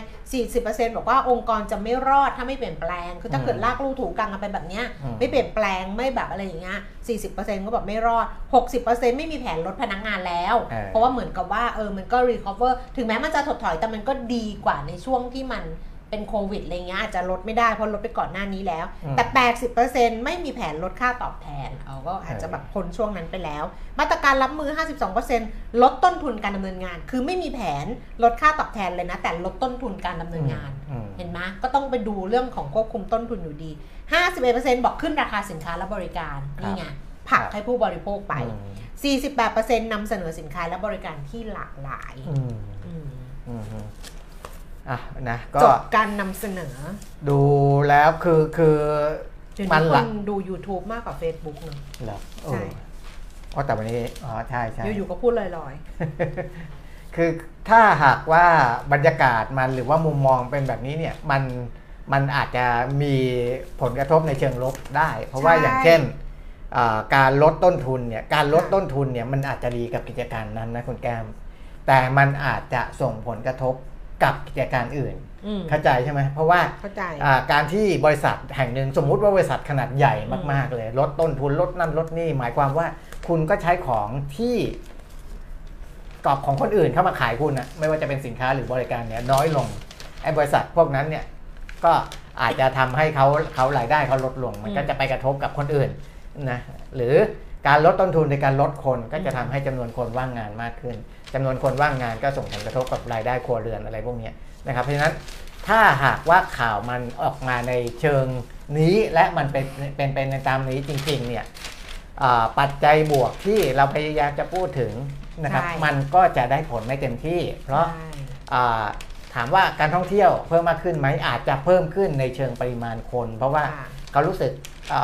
Speaker 2: 40%บอกว่าองค์กรจะไม่รอดถ้าไม่เปลี่ยนแปลง คือถ้า
Speaker 3: อืม
Speaker 2: เกิดลากลูกถูกังกันไปแบบเนี้ย
Speaker 3: อืม
Speaker 2: ไม่เปลี่ยนแปลงไม่แบบอะไรอย่างเงี้ย40%ก็แบบไม่รอด 60%ไม่มีแผนลดพนักงานแล้ว เพราะว่าเหมือนกับว่าเออมันก็ recover ถึงแม้มันจะถดถอยแต่มันก็ดีกว่าในช่วงที่มันเป็นโควิดอะไรเงี้ยอาจจะลดไม่ได้เพราะลดไปก่อนหน้านี้แล้ว
Speaker 3: อืม
Speaker 2: แต่ 80%ไม่มีแผนลดค่าตอบแทนเอาก็อาจจะแบบพ้นช่วงนั้นไปแล้ว มาตรการรับมือ 52%ลดต้นทุนการดำเนินงาน คือไม่มีแผนลดค่าตอบแทนเลยนะ แต่ลดต้นทุนการดำเนินงาน
Speaker 3: อืม
Speaker 2: เห็นไหมก็ต้องไปดูเรื่องของควบคุมต้นทุนอยู่ดี 51%บอกขึ้นราคาสินค้าและบริการ
Speaker 3: ครับ
Speaker 2: นี่ไงผลักให้ผู้บริโภคไป
Speaker 3: อืม
Speaker 2: 48%นำเสนอสินค้าและบริการที่หลากหลาย
Speaker 3: อืม
Speaker 2: อืม
Speaker 3: อืมอืมอ่ะนะก็
Speaker 2: จบการนำเสนอ
Speaker 3: ดูแล้วคือคือ
Speaker 2: เดี๋ยว
Speaker 3: มั
Speaker 2: นี้
Speaker 3: น
Speaker 2: ค
Speaker 3: หลัก
Speaker 2: นดู YouTube มากกว่า Facebook เนอะ
Speaker 3: เหรอ
Speaker 2: ใช่
Speaker 3: เอออ๋อแต่วันนี้อ๋อใช่ใช่
Speaker 2: อยู่ๆก็พูดลอยๆ
Speaker 3: คือถ้าหากว่าบรรยากาศมันหรือว่ามุมมองเป็นแบบนี้เนี่ยมันมันอาจจะมีผลกระทบในเชิงลบได้ เพราะว่า
Speaker 2: ใช่
Speaker 3: อย่างเช่นอ่าการลดต้นทุนเนี่ยการลด
Speaker 2: ค่ะ
Speaker 3: ต้นทุนเนี่ยมันอาจจะดีกับกิจการนั้นนะคุณแก้ม แต่มันอาจจะส่งผลกระทบกับกิจการอื่น
Speaker 2: อืม
Speaker 3: เข้าใจใช่ไหมเพราะว่า
Speaker 2: เข้าใจ
Speaker 3: อ่าการที่บริษัทแห่งหนึ่งสมมุติว่าบริษัทขนาดใหญ่มาก ๆ เลย ลดต้นทุนลดนั่นลดนี่ หมายความว่าคุณก็ใช้ของที่กรอบของคนอื่นเข้ามาขายคุณนะไม่ว่าจะเป็นสินค้าหรือบริการเนี่ยน้อยลงไอ้บริษัทพวกนั้นเนี่ยก็อาจจะทำให้เขาเขารายได้เขาลดลง มันก็
Speaker 2: อืม
Speaker 3: จะไปกระทบกับคนอื่นนะหรือการลดต้นทุนในการลดคนก็จะทำให้จำนวนคนว่างงานมากขึ้นจำนวนคนว่างงานก็ส่งผลกระทบกับรายได้ครัวเรือนอะไรพวกเนี้ยนะครับเพราะฉะนั้น ถ้าหากว่าข่าวมันออกมาในเชิงนี้และมันเป็นเป็นเป็นไปตามนี้จริงๆเนี่ยอ่าปัจจัยบวกที่เราพยายามจะพูดถึงนะครับ
Speaker 2: ใช่
Speaker 3: มันก็จะได้ผลไม่เต็มที่ เพราะ
Speaker 2: ใช่
Speaker 3: อ่าถามว่าการท่องเที่ยวเพิ่มมากขึ้นไหมอาจจะเพิ่มขึ้นในเชิงปริมาณคน เพราะว่า
Speaker 2: ค่ะ
Speaker 3: เขารู้สึกอ่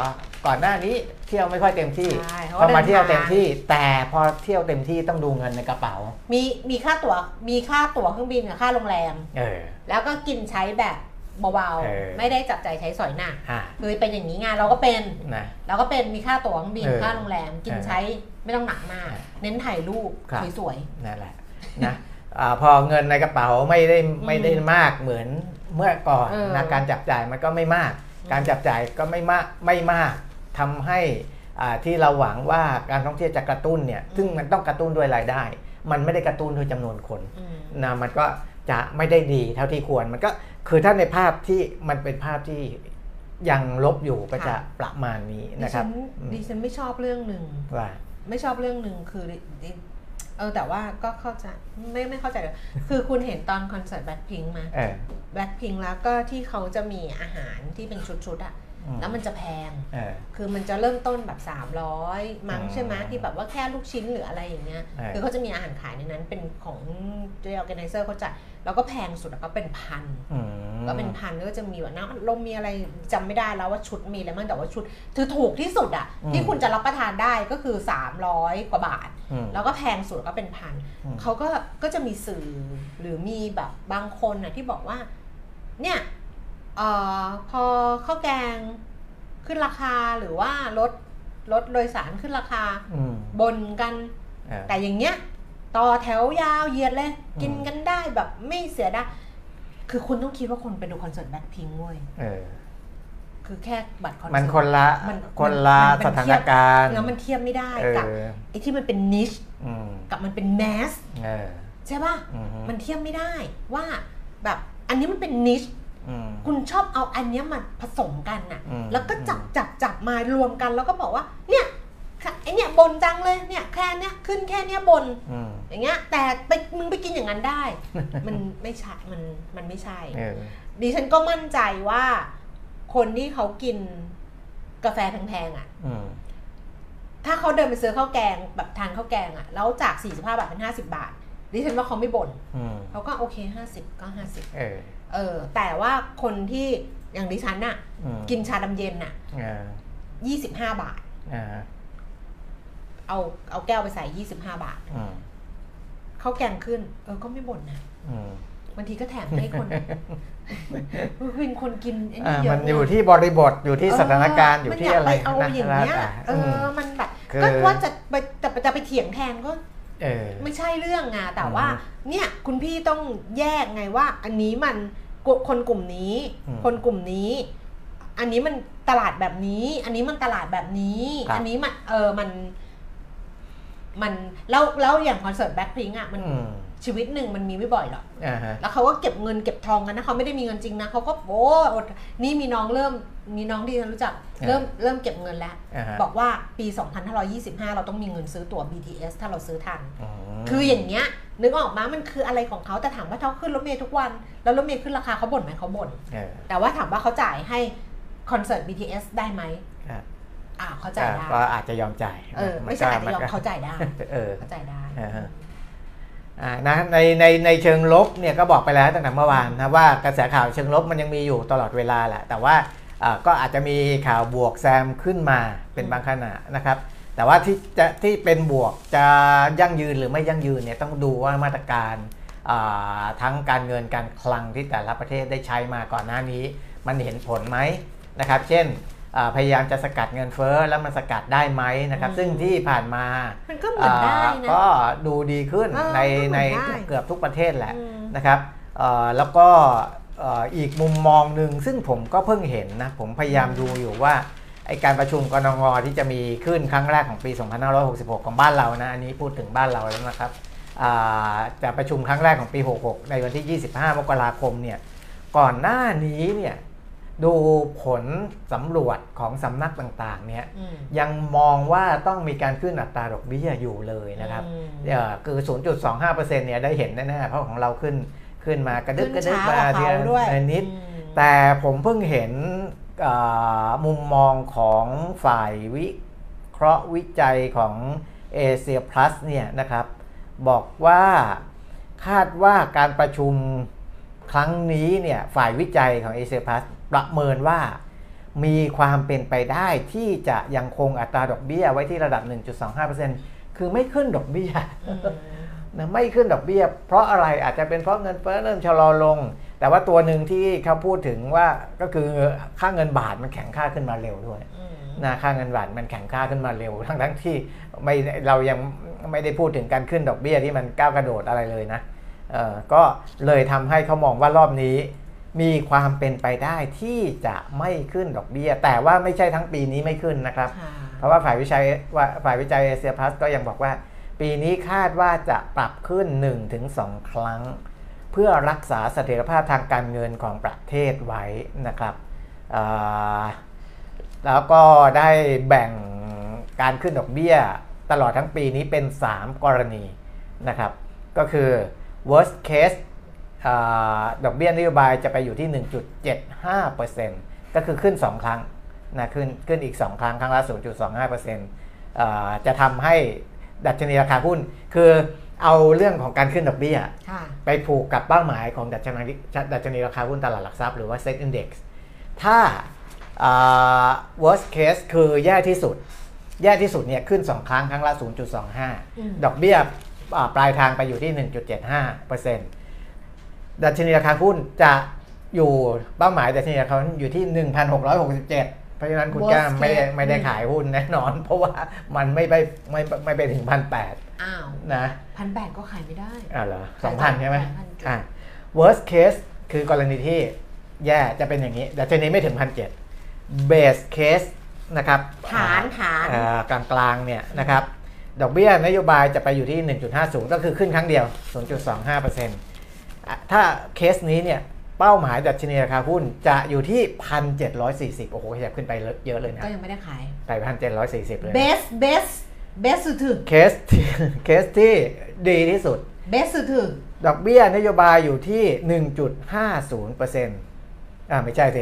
Speaker 3: าก่อนหน้านี้เที่ยวไม่ค่อยเต็มที่
Speaker 2: ใช่
Speaker 3: พอมาเที่ยวเต็มที่ แต่พอเที่ยวเต็มที่ต้องดูเงินในกระเป๋า
Speaker 2: มีมีค่าตั๋วมีค่าตั๋วเครื่องบินกับค่าโรงแรม
Speaker 3: เออ
Speaker 2: แล้วก็กินใช้แบบเบา
Speaker 3: เออ
Speaker 2: ๆ ไม่ได้จับใจายใช้สอยหนัก
Speaker 3: อ่ะ
Speaker 2: คือเป็นอย่างนี้ไงานเราก็เป็น
Speaker 3: นะ
Speaker 2: เราก็เป็นมีค่าตั๋วเครื่องบิน
Speaker 3: เออ
Speaker 2: ค่าโรงแรม กิน
Speaker 3: เออ
Speaker 2: ใช้ไม่ต้องหนักมาก เน้นถ่ายรูป
Speaker 3: ครับ
Speaker 2: สวย
Speaker 3: นั่นแหละ นะอาพอเงินในกระเป๋าไม่ได้ไม่ได้มากเหมือนเมื่อก่อน
Speaker 2: เออ
Speaker 3: นะการจับจ่ายมันก็ไม่มาก การจับจ่ายก็ไม่มากไม่มากทำให้อ่าที่เราหวังว่าการท่องเที่ยวจะกระตุ้นเนี่ย
Speaker 2: อืม
Speaker 3: ซึ่งมันต้องกระตุ้นด้วยรายได้ มันไม่ได้กระตุ้นด้วยจำนวนคน
Speaker 2: อืม
Speaker 3: นะมันก็จะไม่ได้ดีเท่าที่ควรมันก็คือถ้าในภาพที่มันเป็นภาพที่ยังลบอยู่ก็จะประมาณนี้
Speaker 2: ดิ
Speaker 3: นะครับ
Speaker 2: ฉัน
Speaker 3: อืม
Speaker 2: ดิฉันไม่ชอบเรื่องหนึ่ง
Speaker 3: ว่า
Speaker 2: ไม่ชอบเรื่องหนึ่งคือดิดิเออแต่ว่าก็เข้าใจไม่ไม่เข้าใจเลยคือคุณเห็นตอนคอนเสิร์ตแบล็คพิงค์มา
Speaker 3: เออ
Speaker 2: แบล็คพิงค์แล้วก็ที่เขาจะมีอาหารที่เป็นชุดๆอะ่ะ
Speaker 3: อื
Speaker 2: แล้วมันจะแพง
Speaker 3: เออ
Speaker 2: คือมันจะเริ่มต้นแบบ 300 มั้ง
Speaker 3: อ๋อ
Speaker 2: ใช่ไหมที่แบบว่าแค่ลูกชิ้นหรืออะไรอย่างเงี้ย
Speaker 3: ใช่
Speaker 2: คือเขาจะมีอาหารขายในนั้นเป็นของเจ้า organizer เขาจัดแล้วก็แพงสุดแล้วก็เป็นพัน
Speaker 3: อืม
Speaker 2: ก็เป็นพันก็จะมีแบบน้ำอัดลมมีอะไรจำไม่ได้แล้วว่าชุดมีอะไรบ้างแต่ว่าชุดคือถูกที่สุดอะ
Speaker 3: อืม
Speaker 2: ที่คุณจะรับประทานได้ก็คือ 300 กว่าบาท
Speaker 3: อืม
Speaker 2: แล้วก็แพงสุดก็เป็นพัน
Speaker 3: อืม
Speaker 2: เขาก็ก็จะมีสื่อหรือมีแบบบางคนอะที่บอกว่า เนี่ยเออพอข้าวแกงขึ้นราคาหรือว่ารถรถโดยสารขึ้นราคา
Speaker 3: อืม
Speaker 2: บนกัน
Speaker 3: เออ
Speaker 2: แต่อย่างเงี้ยต่อแถวยาวเหยียดเลย
Speaker 3: อืม
Speaker 2: กินกันได้แบบไม่เสียดายคือคุณต้องคิดว่าคนไปดูคอนเสิร์ตแบ็คพิงค์เว้ย
Speaker 3: เออ
Speaker 2: คือแค่บัตรคอนเสิร์ต
Speaker 3: มันคนละ
Speaker 2: มัน
Speaker 3: คนละ
Speaker 2: มันเป็
Speaker 3: ส
Speaker 2: น
Speaker 3: ถา
Speaker 2: เที
Speaker 3: น
Speaker 2: ยบ
Speaker 3: การณ์
Speaker 2: แล้วมันเทียบไม่ได้
Speaker 3: เอ
Speaker 2: กับ
Speaker 3: อ
Speaker 2: ไอ้ที่มันเป็นนิช
Speaker 3: อืม
Speaker 2: กับมันเป็นแมส
Speaker 3: เออ
Speaker 2: ใช่ป่ะ
Speaker 3: อืฮึ
Speaker 2: มันเทียบไม่ได้ว่าแบบอันนี้มันเป็นนิช
Speaker 3: อืม
Speaker 2: คุณชอบเอาอันเนี้ยมาผสมกันน่ะ
Speaker 3: อืม
Speaker 2: แล้วก็จับจับจับมารวมกันแล้วก็บอกว่าเนี่ยค่ะไอเนี่ยบนจังเลยเนี่ยแค่เนี้ยขึ้นแค่เนี้ยบน
Speaker 3: อืม
Speaker 2: อย่างเงี้ยแต่ไปมึงไปกินอย่างนั้น ได้ มันไม่ใช่มันมันไม่ใช่
Speaker 3: เออ
Speaker 2: ดิฉันก็มั่นใจว่าคนที่เขากินกาแฟแพงๆอ่ะ
Speaker 3: อืม
Speaker 2: ถ้าเขาเดินไปซื้อข้าวแกงแบบทานข้าวแกงอ่ะ แล้วจาก 45 บาทเป็น 50 บาท ดิฉันว่าเขาไม่บน่น
Speaker 3: อืม
Speaker 2: เขาก็โอเค 50 ก็
Speaker 3: เออ
Speaker 2: 50 เออ แต่ว่าคนที่อย่างดิฉันน่ะ
Speaker 3: อืม
Speaker 2: กินชาดำเย็นน่ะ
Speaker 3: เออ
Speaker 2: 25 บาท
Speaker 3: อ่า
Speaker 2: เอาเอาแก้วไปใส่ 25 บาท
Speaker 3: อืม
Speaker 2: ข้าวแกงขึ้น เออก็ไม่บ่นนะ
Speaker 3: อืม
Speaker 2: บางทีก็แถมให้คนเป็นคนกินไอ้
Speaker 3: อ่า
Speaker 2: นี่เยอะ
Speaker 3: มัน
Speaker 2: ไง
Speaker 3: อยู่ที่บริบทอยู่ที่สถานการณ์อยู่ที่อะไร
Speaker 2: มันอยากไปเอาอย่างเงี้ย
Speaker 3: แล้วแต่
Speaker 2: เอ
Speaker 3: ม
Speaker 2: อมันแบบ
Speaker 3: คือ
Speaker 2: ก็ว่าจะไปแต่จะไปเถียงแทนก็
Speaker 3: เออ
Speaker 2: ไม่ใช่เรื่องไงแต่
Speaker 3: อืม
Speaker 2: ว่า เนี่ยคุณพี่ต้องแยกไงว่า อันนี้มันกลุ่มคนกลุ่มนี้
Speaker 3: อืม
Speaker 2: คนกลุ่มนี้ อันนี้มันตลาดแบบนี้ อันนี้มันตลาดแบบนี้
Speaker 3: ครับ
Speaker 2: อันนี้มันเออมัน มันแล้วแล้วอย่างคอนเสิร์ตแบ็คพิงอ่ะมัน
Speaker 3: อืม
Speaker 2: ชีวิตหนึ่งมันมีไม่บ่อยหรอก
Speaker 3: อ่าฮะ
Speaker 2: แล้วเขาก็เก็บเงินเก็บทองกันนะเขาไม่ได้มีเงินจริงนะเขาก็โอ้อดนี่มีน้องเริ่มมีน้องที่ฉันรู้จัก เริ่มเริ่มเก็บเงินแล้ว
Speaker 3: อ่าฮะ
Speaker 2: บอกว่าปี 2525 เราต้องมีเงินซื้อตั๋ว BTS ถ้าเราซื้อทัน
Speaker 3: ม
Speaker 2: คืออย่างเงี้ย นึกออกมามันคืออะไรของเขาแต่ถามว่าเขาขึ้นรถเมล์ทุกวัน แล้วรถเมล์ขึ้นราคาเขาบ่นไหมเขาบ่น
Speaker 3: เออ
Speaker 2: แต่ว่าถามว่าเขาจ่ายให้คอนเสิร์ต BTS ได้ไหม
Speaker 3: อ่ะ
Speaker 2: อ่าเขาจ่ายได้
Speaker 3: ก็อาจจะยอมจ่าย
Speaker 2: เออน ไม่ใช่อาจจะยอม
Speaker 3: ก็
Speaker 2: เขาจ่าย ได้
Speaker 3: เออ
Speaker 2: เขาจ่ายได้
Speaker 3: อ่าฮะ อ่านะในในในเชิงลบเนี่ยก็บอกไปแล้วตั้งแต่เมื่อวานนะว่ากระแสข่าวเชิงลบมันยังมีอยู่ตลอดเวลาแหละแต่ว่าอ่าก็อาจจะมีข่าวบวกแซมขึ้นมาเป็นบางขณะนะครับ แต่ว่าที่จะที่เป็นบวกจะยั่งยืนหรือไม่ยั่งยืนเนี่ยต้องดูว่ามาตรการอ่าทั้งการเงินการคลังที่แต่ละประเทศได้ใช้มาก่อนหน้านี้ มันเห็นผลไหมนะครับ เช่นอ่าพยายามจะสกัดเงินเฟ้อแล้วมันสกัดได้ไหมนะครับ ซึ่งที่ผ่านมา
Speaker 2: มันก็เหมือนได้นะ
Speaker 3: อ่าก็ดูดีขึ้น
Speaker 2: เออ
Speaker 3: ใน
Speaker 2: ก็เหมือน
Speaker 3: ใน
Speaker 2: ได้
Speaker 3: เกือบทุกประเทศแหละ
Speaker 2: อืม
Speaker 3: นะครับเอ่อแล้วก็เอ่ออีกมุมมองหนึ่งซึ่งผมก็เพิ่งเห็นนะ ผมพยายามดูอยู่ว่าไอการประชุมกนงที่จะมีขึ้นครั้งแรกของปี 2566 ของบ้านเรานะ อันนี้พูดถึงบ้านเราแล้วนะครับอ่าจะประชุมครั้งแรกของปี 66 ในวันที่ 25 มกราคมเนี่ยก่อนหน้านี้เนี่ยดูผลสำรวจของสำนักต่างๆเนี่ย
Speaker 2: อืม
Speaker 3: ยังมองว่าต้องมีการขึ้นอัตราดอกเบี้ยอยู่เลยนะครับ
Speaker 2: อืม
Speaker 3: เอ่อคือ 0.25%เนี่ยได้เห็นแน่ๆ เพราะของเราขึ้นขึ้นมากระดึ๊บกระดึ๊บมาทีละนิด แต่ผมเพิ่งเห็นเอ่อมุมมองของฝ่ายวิเคราะห์วิจัยของเอเชียพลัสเนี่ยนะครับ บอกว่าคาดว่าการประชุมครั้งนี้เนี่ยฝ่ายวิจัยของเอเชียพลัสประเมินว่า มีความเป็นไปได้ที่จะยังคงอัตราดอกเบี้ยไว้ที่ระดับ 1.25%คือไม่ขึ้นดอกเบี้ย
Speaker 2: อืม
Speaker 3: นะไม่ขึ้นดอกเบี้ย เพราะอะไรอาจจะเป็นเพราะเงินเฟ้อเริ่มชะลอลง แต่ว่าตัวหนึ่งที่เขาพูดถึงว่าก็คือค่าเงินบาทมันแข็งค่าขึ้นมาเร็วด้วย
Speaker 2: อืม
Speaker 3: นะค่าเงินบาทมันแข็งค่าขึ้นมาเร็ว ทั้งทั้งที่ไม่เรายังไม่ได้พูดถึงการขึ้นดอกเบี้ยที่มันก้าวกระโดดอะไรเลยนะเออก็เลยทำให้เขามองว่ารอบนี้ มีความเป็นไปได้ที่จะไม่ขึ้นดอกเบี้ย แต่ว่าไม่ใช่ทั้งปีนี้ไม่ขึ้นนะครับ
Speaker 2: ค่ะ
Speaker 3: เพราะว่าฝ่ายวิจัยว่าฝ่ายวิจัยเอเชียพลัสก็ยังบอกว่า ปีนี้คาดว่าจะปรับขึ้น 1-2 ครั้ง เพื่อรักษาเสถียรภาพทางการเงินของประเทศไว้นะครับเอ่อแล้วก็ได้แบ่งการขึ้นดอกเบี้ยตลอดทั้งปีนี้เป็น 3 กรณีนะครับ ก็คือ worst case เออดอกเบี้ยนโยบายจะไปอยู่ที่ 1.75%ก็คือขึ้น 2 ครั้งนะขึ้นขึ้นอีก 2 ครั้ง ครั้งละ 0.25%เอ่อจะทำให้ดัชนีราคาหุ้น คือเอาเรื่องของการขึ้นดอกเบี้ย
Speaker 2: ค่ะ
Speaker 3: ไปผูกกับเป้าหมายของดัชนีดัชนีราคาหุ้นตลาดหลักทรัพย์หรือว่า Set Index ถ้าอ่า worst case คือแย่ที่สุด แย่ที่สุดเนี่ยขึ้น 2 ครั้ง ครั้งละ
Speaker 2: อืม
Speaker 3: 0.25 ดอกเบี้ยอ่าปลายทางไปอยู่ที่ 1.75%ดัชนีราคาหุ้นจะอยู่เป้าหมายดัชนีราคาหุ้นอยู่ที่ 1,667 เพราะฉะนั้นคุณ
Speaker 2: Worst
Speaker 3: ก้ามไม่ได้
Speaker 2: case
Speaker 3: ไม่ได้ขายหุ้นแน่น อน เพราะว่ามันไม่ไปไม่ไม่ไปถึง
Speaker 2: อ้าว
Speaker 3: 1,800 นะ
Speaker 2: พันแปดก็ขายไม่ได้
Speaker 3: อ่าเหรอส
Speaker 2: ขา
Speaker 3: อย ง
Speaker 2: ได้
Speaker 3: พันใช่ไหม
Speaker 2: 2,000จุด
Speaker 3: อ่า worst case คือกรณีที่แย่จะเป็นอย่างนี้ดัชนีไม่ถึงพันเจ็ด base case นะครับ
Speaker 2: ฐานฐาน
Speaker 3: อ่ากลางกลางๆเนี่ยนะครับ ดอกเบี้ยนโยบายจะไปอยู่ที่ 1.50 ก็คือขึ้นครั้งเดียว 0.25%อ่ะถ้าเคสนี้เนี่ย เป้าหมายดัชนีราคาหุ้นจะอยู่ที่ 1,740 โอ้โหขยับขึ้นไปเยอะเลยนะ
Speaker 2: ก็ยังไม่ได้ขาย
Speaker 3: ไป 1,740 เลย
Speaker 2: เบ
Speaker 3: นะ
Speaker 2: สเบสเบสสุดถึง
Speaker 3: เคสที่ เคสที่ดีที่สุด
Speaker 2: เบสสุดถึง
Speaker 3: ดอกเบี้ยนโยบายอยู่ที่ 1.50%อ่าไม่ใช่สิ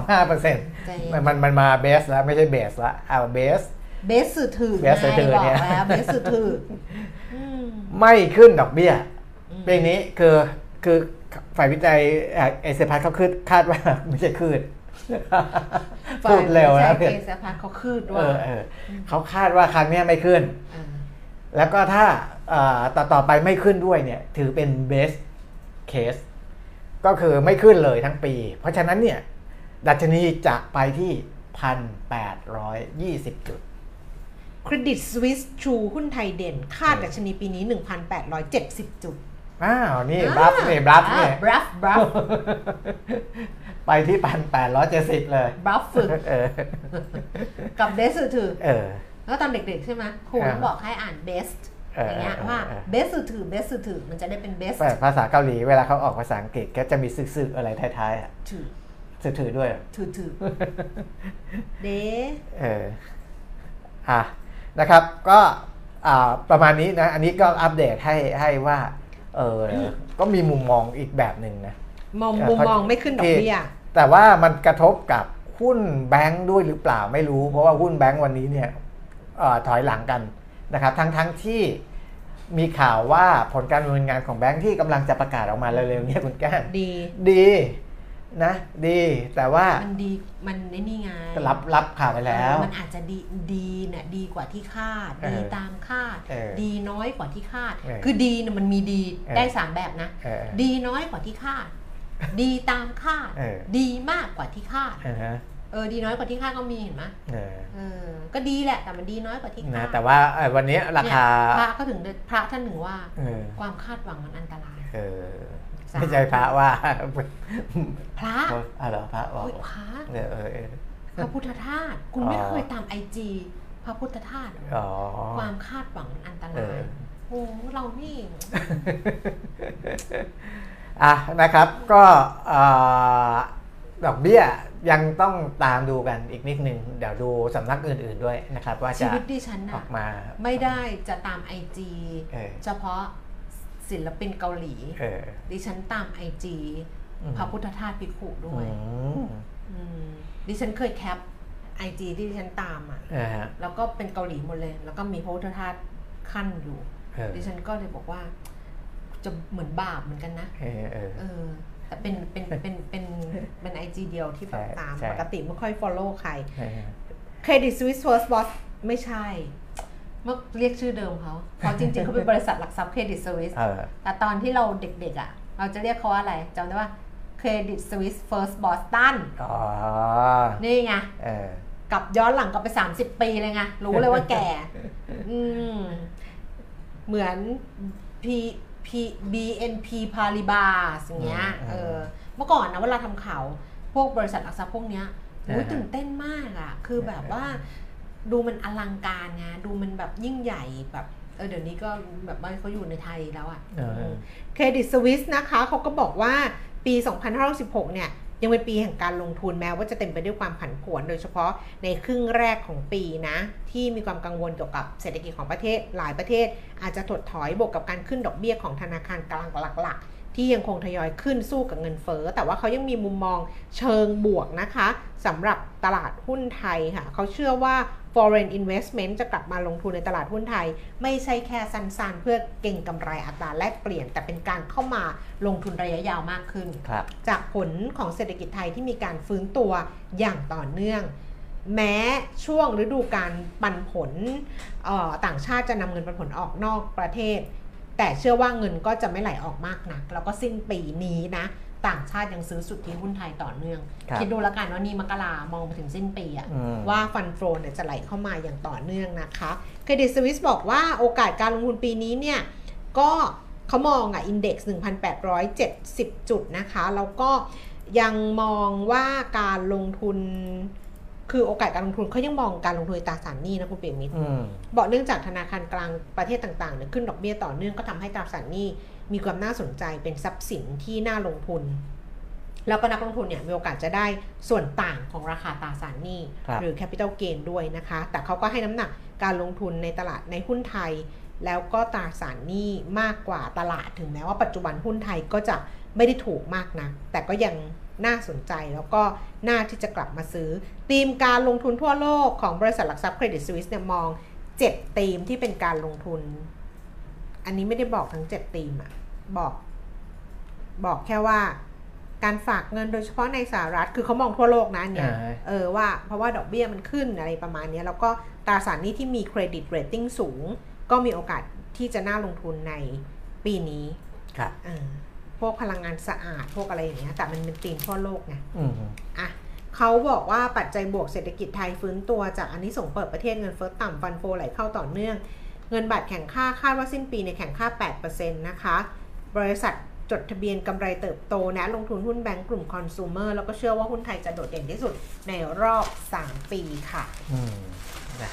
Speaker 3: 1.25%มันมันมันมาเบสแล้วไม่ใช่เบสละเอาเบส
Speaker 2: เบสสุดถึง
Speaker 3: best สุดถึง
Speaker 2: ไงบ
Speaker 3: เนี่
Speaker 2: อก
Speaker 3: ย
Speaker 2: แล้วเบสสุดถึงอืม
Speaker 3: ไม่ขึ้นดอกเบี้ยปีนี้คือคือฝ่ายวิจัยเอเซพัทเขาคืดคาดว่า ไม่ใช่คืด พูดเร็ว
Speaker 2: แล้
Speaker 3: แล้ว ว
Speaker 2: เกสพัทเขาคืด
Speaker 3: เอ
Speaker 2: ว่า
Speaker 3: อเออเขาคาดว่าครั้งเนี้ยไม่ขึ้น
Speaker 2: า
Speaker 3: แล้วก็ถ้าเอ่อต่อต่อไปไม่ขึ้นด้วยเนี่ย ถือเป็น best case ก็คือไม่ขึ้นเลยทั้งปี เพราะฉะนั้นเนี่ย ดัชนีจะไปที่ 1,820 จุด
Speaker 2: เครดิตสวิสชูหุ้นไทยเด่น คาดดัชนีปีนี้ 1,870 จุด
Speaker 3: อ้าว นี่รับ นี่รับนี่
Speaker 2: บลัฟบลัฟ
Speaker 3: ไปที่ 1,870 เลย
Speaker 2: บลัฟฝึก
Speaker 3: เออ
Speaker 2: กับเบสสุดถึง
Speaker 3: เออ
Speaker 2: แล้วตอนเด็กๆใช่ไหมครู
Speaker 3: อ่า
Speaker 2: บอกให้อ่าน best
Speaker 3: เออ
Speaker 2: อย่างเงี้ย
Speaker 3: เออ
Speaker 2: ว่า
Speaker 3: เออ
Speaker 2: best สื่อถือ best สื่อถือมันจะได้เป็น best
Speaker 3: แต่ภาษาเกาหลีเวลาเขาออกภาษาอังกฤษก็จะมีซึกๆอะไรท้ายๆอ่ะ
Speaker 2: ถือ
Speaker 3: ถือๆด้วยเหรอ
Speaker 2: ถือถือเด
Speaker 3: เอออ่ะนะครับก็อ่าประมาณนี้นะ อันนี้ก็อัปเดตให้ให้ว่าเออก็มีมุมมองอีกแบบหนึ่งนะ
Speaker 2: มอง
Speaker 3: เออ
Speaker 2: มุม
Speaker 3: เขา
Speaker 2: มองไม่ขึ้นดอกเบี้ย
Speaker 3: แต่ว่ามันกระทบกับหุ้นแบงค์ด้วยหรือเปล่าไม่รู้ เพราะว่าหุ้นแบงค์วันนี้เนี่ยเออถอยหลังกันนะครับทั้งทั้งที่มีข่าวว่าผลการดำเนินงานของแบงค์ที่กำลังจะประกาศออกมาเร็วๆเนี่ยคุณแก้ม
Speaker 2: ดี
Speaker 3: ดีนะดีแต่ว่า
Speaker 2: มันดีมันไอ้นี่ไง
Speaker 3: รับรับข่าวไปแล้ว
Speaker 2: มันอาจจะดีดีเนี่ยดีกว่าที่คาด
Speaker 3: เออ
Speaker 2: ดีตามคาด
Speaker 3: เออ
Speaker 2: ดีน้อยกว่าที่คาด
Speaker 3: เออ
Speaker 2: คือดีเนี่ยมันมีดี
Speaker 3: เออ
Speaker 2: ได้สามแบบนะ
Speaker 3: เออ
Speaker 2: ดีน้อยกว่าที่คาด ดีตามคาด
Speaker 3: เออ
Speaker 2: ดีมากกว่าที่คาด
Speaker 3: อ่าฮะ
Speaker 2: เออดีน้อยกว่าที่คาดก็มีเห็นไหม
Speaker 3: เออ
Speaker 2: เออก็ดีแหละ แต่มันดีน้อยกว่าที่คาด
Speaker 3: นะแต่ว่าเอ่อวันนี้ราคา
Speaker 2: เนี่ยพระก็ถึงเดินพระท่านหนึ่งว่า
Speaker 3: เออ
Speaker 2: ความคาดหวังมันอันตราย
Speaker 3: เออ
Speaker 2: สาม
Speaker 3: ไม่ใช่พระว่า
Speaker 2: พระ
Speaker 3: อ่ะเหรอพระบอก
Speaker 2: อุ๊ยพระ
Speaker 3: เออเออเออ
Speaker 2: พระพุทธธาตุคุณไม่
Speaker 3: อ๋อ
Speaker 2: เคยตามไอจีพระพุทธธาตุเหรอ
Speaker 3: อ๋อ
Speaker 2: ความคาดหวังมันอันต
Speaker 3: เอ
Speaker 2: ราย
Speaker 3: อ
Speaker 2: โอ้เรานี่
Speaker 3: อ่ะนะครับก็เอ่อดอกเบี้ยยังต้องตามดูกันอีกนิดนึง เดี๋ยวดูสำนักอื่นๆด้วยนะครับ ว่า
Speaker 2: ชี
Speaker 3: จะ
Speaker 2: วิตดิฉัน
Speaker 3: อ
Speaker 2: น่ะ
Speaker 3: อกมา
Speaker 2: ไม่ได้จะตามไอจี
Speaker 3: เออ
Speaker 2: เฉพาะศิลปินเกาหลี
Speaker 3: เออ
Speaker 2: ดิฉันตามไอจี
Speaker 3: อืม
Speaker 2: พระพุทธธาตุภิกขุด้
Speaker 3: อื
Speaker 2: วย
Speaker 3: ม
Speaker 2: อืมดิฉันเคยแคปไอจีที่ดิฉันตามอ่ะ
Speaker 3: นะฮะ
Speaker 2: แล้วก็เป็นเกาหลีหมดเลย แล้วก็มีพระพุทธธาตุขั้นอยู่
Speaker 3: เออ
Speaker 2: ดิฉันก็เลยบอกว่า จะเหมือนบาปเหมือนกันนะ
Speaker 3: เออเออ
Speaker 2: เออ แต่เป็น เป็น เป็น เป็น เป็นไอจีเดียวที่แบบ
Speaker 3: ใช่
Speaker 2: ตาม
Speaker 3: ใช่
Speaker 2: ปกติไม่ค่อย follow ใคร
Speaker 3: เออ
Speaker 2: Credit Suisse First Boss ไม่ใช่ เมื่อเรียกชื่อเดิมเขาเพราะจริงๆ เขาเป็นบริษัทหลักทรัพย์ Credit Suisse
Speaker 3: เออ
Speaker 2: แต่ตอนที่เราเด็กๆ อ่ะ เราจะเรียกเขาว่าอะไรจำได้ว่า Credit Suisse First Boston
Speaker 3: อ๋อ
Speaker 2: นี่ไง
Speaker 3: เออ
Speaker 2: กลับย้อนหลังกลับไป 30 ปีเลยไง รู้เลยว่าแก่ อืม เหมือน P P BNP Paribas อย่างเงี้ย
Speaker 3: อืม
Speaker 2: เออ มื่อก่อนนะเวลาทำข่าวพวกบริษัทหลักทรัพย์พวกเนี้ยโอ้ย
Speaker 3: อ่าฮะ
Speaker 2: ตื่นเต้นมากอะคือแบบว่า ดูมันอลังการไงดูมันแบบยิ่งใหญ่แบบเออเดี๋ยวนี้ก็แบบว่าเขาอยู่ในไทยแล้วอะ
Speaker 3: เออ
Speaker 2: เครดิตสวิสนะคะเขาก็บอกว่าปี 2566 เนี่ย ยังเป็นปีแห่งการลงทุนแม้ว่าจะเต็มไปด้วยความผันผวน โดยเฉพาะในครึ่งแรกของปีนะ ที่มีความกังวลเกี่ยวกับเศรษฐกิจของประเทศหลายประเทศ อาจจะถดถอยบวกกับการขึ้นดอกเบี้ยของธนาคารกลางหลัก ๆ ที่ยังคงทยอยขึ้นสู้กับเงินเฟ้อ แต่ว่าเขายังมีมุมมองเชิงบวกนะคะสำหรับตลาดหุ้นไทยค่ะ เขาเชื่อว่า foreign investment จะกลับมาลงทุนในตลาดหุ้นไทย ไม่ใช่แค่สั้นๆ เพื่อเก่งกำไรอัตราแลกเปลี่ยน แต่เป็นการเข้ามาลงทุนระยะยาวมากขึ้น
Speaker 3: ครับ
Speaker 2: จากผลของเศรษฐกิจไทยที่มีการฟื้นตัวอย่างต่อเนื่อง แม้ช่วงฤดูการปันผลเอ่อต่างชาติจะนำเงินปันผลออกนอกประเทศ แต่เชื่อว่าเงินก็จะไม่ไหลออกมากนัก แล้วก็สิ้นปีนี้นะ ต่างชาติยังซื้อสุทธิหุ้นไทยต่อเนื่อง
Speaker 3: ครับ
Speaker 2: ดดูแล้วกันว่านี่มกรามองไปถึงสิ้นปีอะ
Speaker 3: อืม
Speaker 2: ว่าฟันโฟนเนี่ยจะไหลเข้ามาอย่างต่อเนื่องนะคะเครดิตสวิสบอกว่าโอกาสการลงทุนปีนี้เนี่ย ก็เขามองอ่ะอินเด็กซ์1,870 จุดนะคะ แล้วก็ยังมองว่าการลงทุน คือโอกาสการลงทุนเขายังมองการลงทุนในตราสารหนี้นะคุณเปียมิตร
Speaker 3: อืม
Speaker 2: บอกเนื่องจากธนาคารกลางประเทศต่างๆเนี่ยขึ้นดอกเบี้ยต่อเนื่องก็ทำให้ตราสารหนี้มีความน่าสนใจเป็นทรัพย์สินที่น่าลงทุน แล้วก็นักลงทุนเนี่ยมีโอกาสจะได้ส่วนต่างของราคาตราสารหนี้
Speaker 3: ครับ
Speaker 2: หรือ capital gain ด้วยนะคะ แต่เขาก็ให้น้ำหนักการลงทุนในตลาดในหุ้นไทย แล้วก็ตราสารหนี้มากกว่าตลาดถึงแม้ว่าปัจจุบันหุ้นไทยก็จะไม่ได้ถูกมากนะแต่ก็ยังน่าสนใจแล้วก็น่าที่จะกลับมาซื้อธีมการลงทุนทั่วโลกของบริษัทหลักทรัพย์เครดิตสวิสเนี่ยมอง 7ธีมที่เป็นการลงทุน อันนี้ไม่ได้บอกทั้ง7ธีมอะบอก บอกแค่ว่า การฝากเงินโดยเฉพาะในสหรัฐ คือเขามองทั่วโลกนะอันเนี่ย
Speaker 3: อ่า
Speaker 2: เออว่าเพราะว่าดอกเบี้ยมันขึ้นอะไรประมาณเนี้ยแล้วก็ตราสารหนี้ที่มีเครดิตเรตติ้งสูง ก็มีโอกาสที่จะน่าลงทุนในปีนี้
Speaker 3: ครับ
Speaker 2: เออพวกพลังงานสะอาดพวกอะไรอย่างเงี้ยแต่มันเป็นธีมทั่วโลกไง
Speaker 3: อืม
Speaker 2: อ่ะเขาบอกว่าปัจจัยบวกเศรษฐกิจไทยฟื้นตัวจากอันนี้ส่งส์เปิดประเทศเงินเฟ้อต่ำฟันโฟไหลเข้าต่อเนื่อง เงินบาทแข่งค่า คาดว่าสิ้นปีในยแข่งค่า 8%นะคะ บริษัทจดทะเบียนกำไรเติบโตนะลงทุนหุ้นแบงก์กลุ่มคอน sumer แล้วก็เชื่อว่าหุ้นไทยจะโดดเด่นที่สุดในรอบ 3 ปีค่ะ
Speaker 3: อืมนะ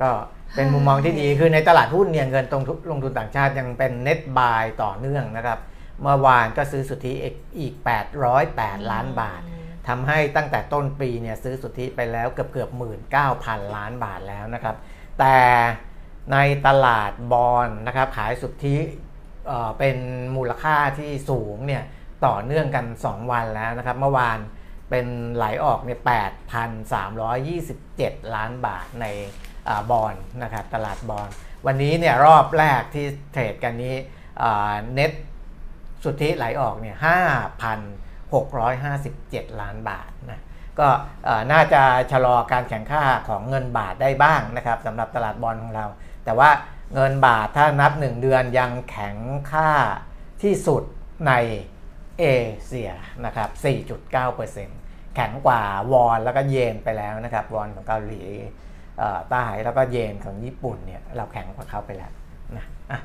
Speaker 3: ก็เป็นมุมมองที่ดีคือในตลาดหุ้นเนี่ยเงินตรงทุนลงทุนต่างชาติยังเป็น net buy ต่อเนื่องนะครับ เมื่อวานก็ซื้อสุทธิอีก 808 ล้านบาททำให้ตั้งแต่ต้นปีเนี่ยซื้อสุทธิไปแล้วเกือบเกือบหมื่นเก้าพันล้านบาทแล้วนะครับ แต่ในตลาดบอลนะครับขายสุทธิเอ่อเป็นมูลค่าที่สูงเนี่ยต่อเนื่องกัน 2 วันแล้วนะครับเมื่อวาน เป็นไหลออกเนี่ย8,327 ล้านบาทในอาบอลนะครับตลาดบอลวันนี้เนี่ยรอบแรกที่เทรดกันนี้เน็ตสุทธิไหลออกเนี่ย5,657 ล้านบาทนะก็เอ่อน่าจะชะลอการแข่งข้าของเงินบาทได้บ้างนะครับสำหรับตลาดบอลของเรา แต่ว่าเงินบาทถ้านับ 1 เดือนยังแข็งค่าที่สุดใน เอเชียนะครับ 4.9%แข็งกว่าวอนแล้วก็เยนไปแล้วนะครับ วอนของเกาหลีเอ่อใต้แล้วก็เยนของญี่ปุ่นเนี่ยเราแข็งกว่าเขาไปแล้วนะอ่ะ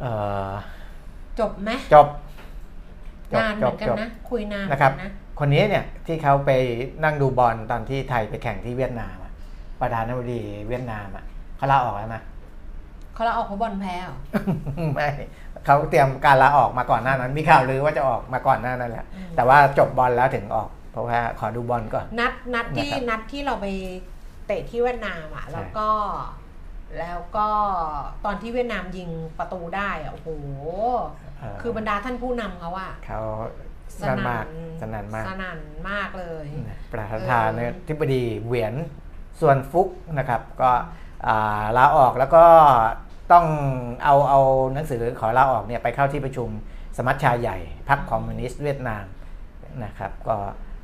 Speaker 3: เอ่อ
Speaker 2: จบไหม
Speaker 3: จบจบ
Speaker 2: นานเห
Speaker 3: จ
Speaker 2: มื
Speaker 3: บ
Speaker 2: อนกัน
Speaker 3: จบ
Speaker 2: นะ คุยนาน
Speaker 3: นะครับ
Speaker 2: เหมือกั
Speaker 3: คนนี้เนี่ยที่เขาไปนั่งดูบอลตอนที่ไทยไปแข่งที่เวียดนามอะประธานาธิบดีเวียดนามอะเขาลาออกแล้วนะ
Speaker 2: เขาเราออกเขาะบอลแพ้เหรอ
Speaker 3: ไม่เขาเตรียมการลาออกมาก่อนหน้านั้น มีข่าวลือว่าจะออกมาก่อนหน้านั้นแหละ แต่ว่าจบบอลแล้วถึงออก เพราะว่าขอดูบอลก่อน
Speaker 2: นัดนัดที่
Speaker 3: นะครับ
Speaker 2: นัดที่เราไปเตะที่เวียดนามอ่ะแล้วก็ แล้วก็ตอนที่เวียดนามยิงประตูได้อ่ะโอ้โห
Speaker 3: เออ
Speaker 2: คือบรรดาท่านผู้นำเขาอ่ะ
Speaker 3: เขาสนานมากสนานมาก
Speaker 2: สนั่นมากเลย
Speaker 3: นะประธานทิบดีเหวียนส่วนฟุกนะครับ ก็อ่าลาออกแล้วก็ต้องเอาเอาหนังสือขอลาออกเนี่ยไปเข้าที่ประชุมสมัชชาใหญ่พรรคคอมมิวนิสต์เวียดนามนะครับ ก็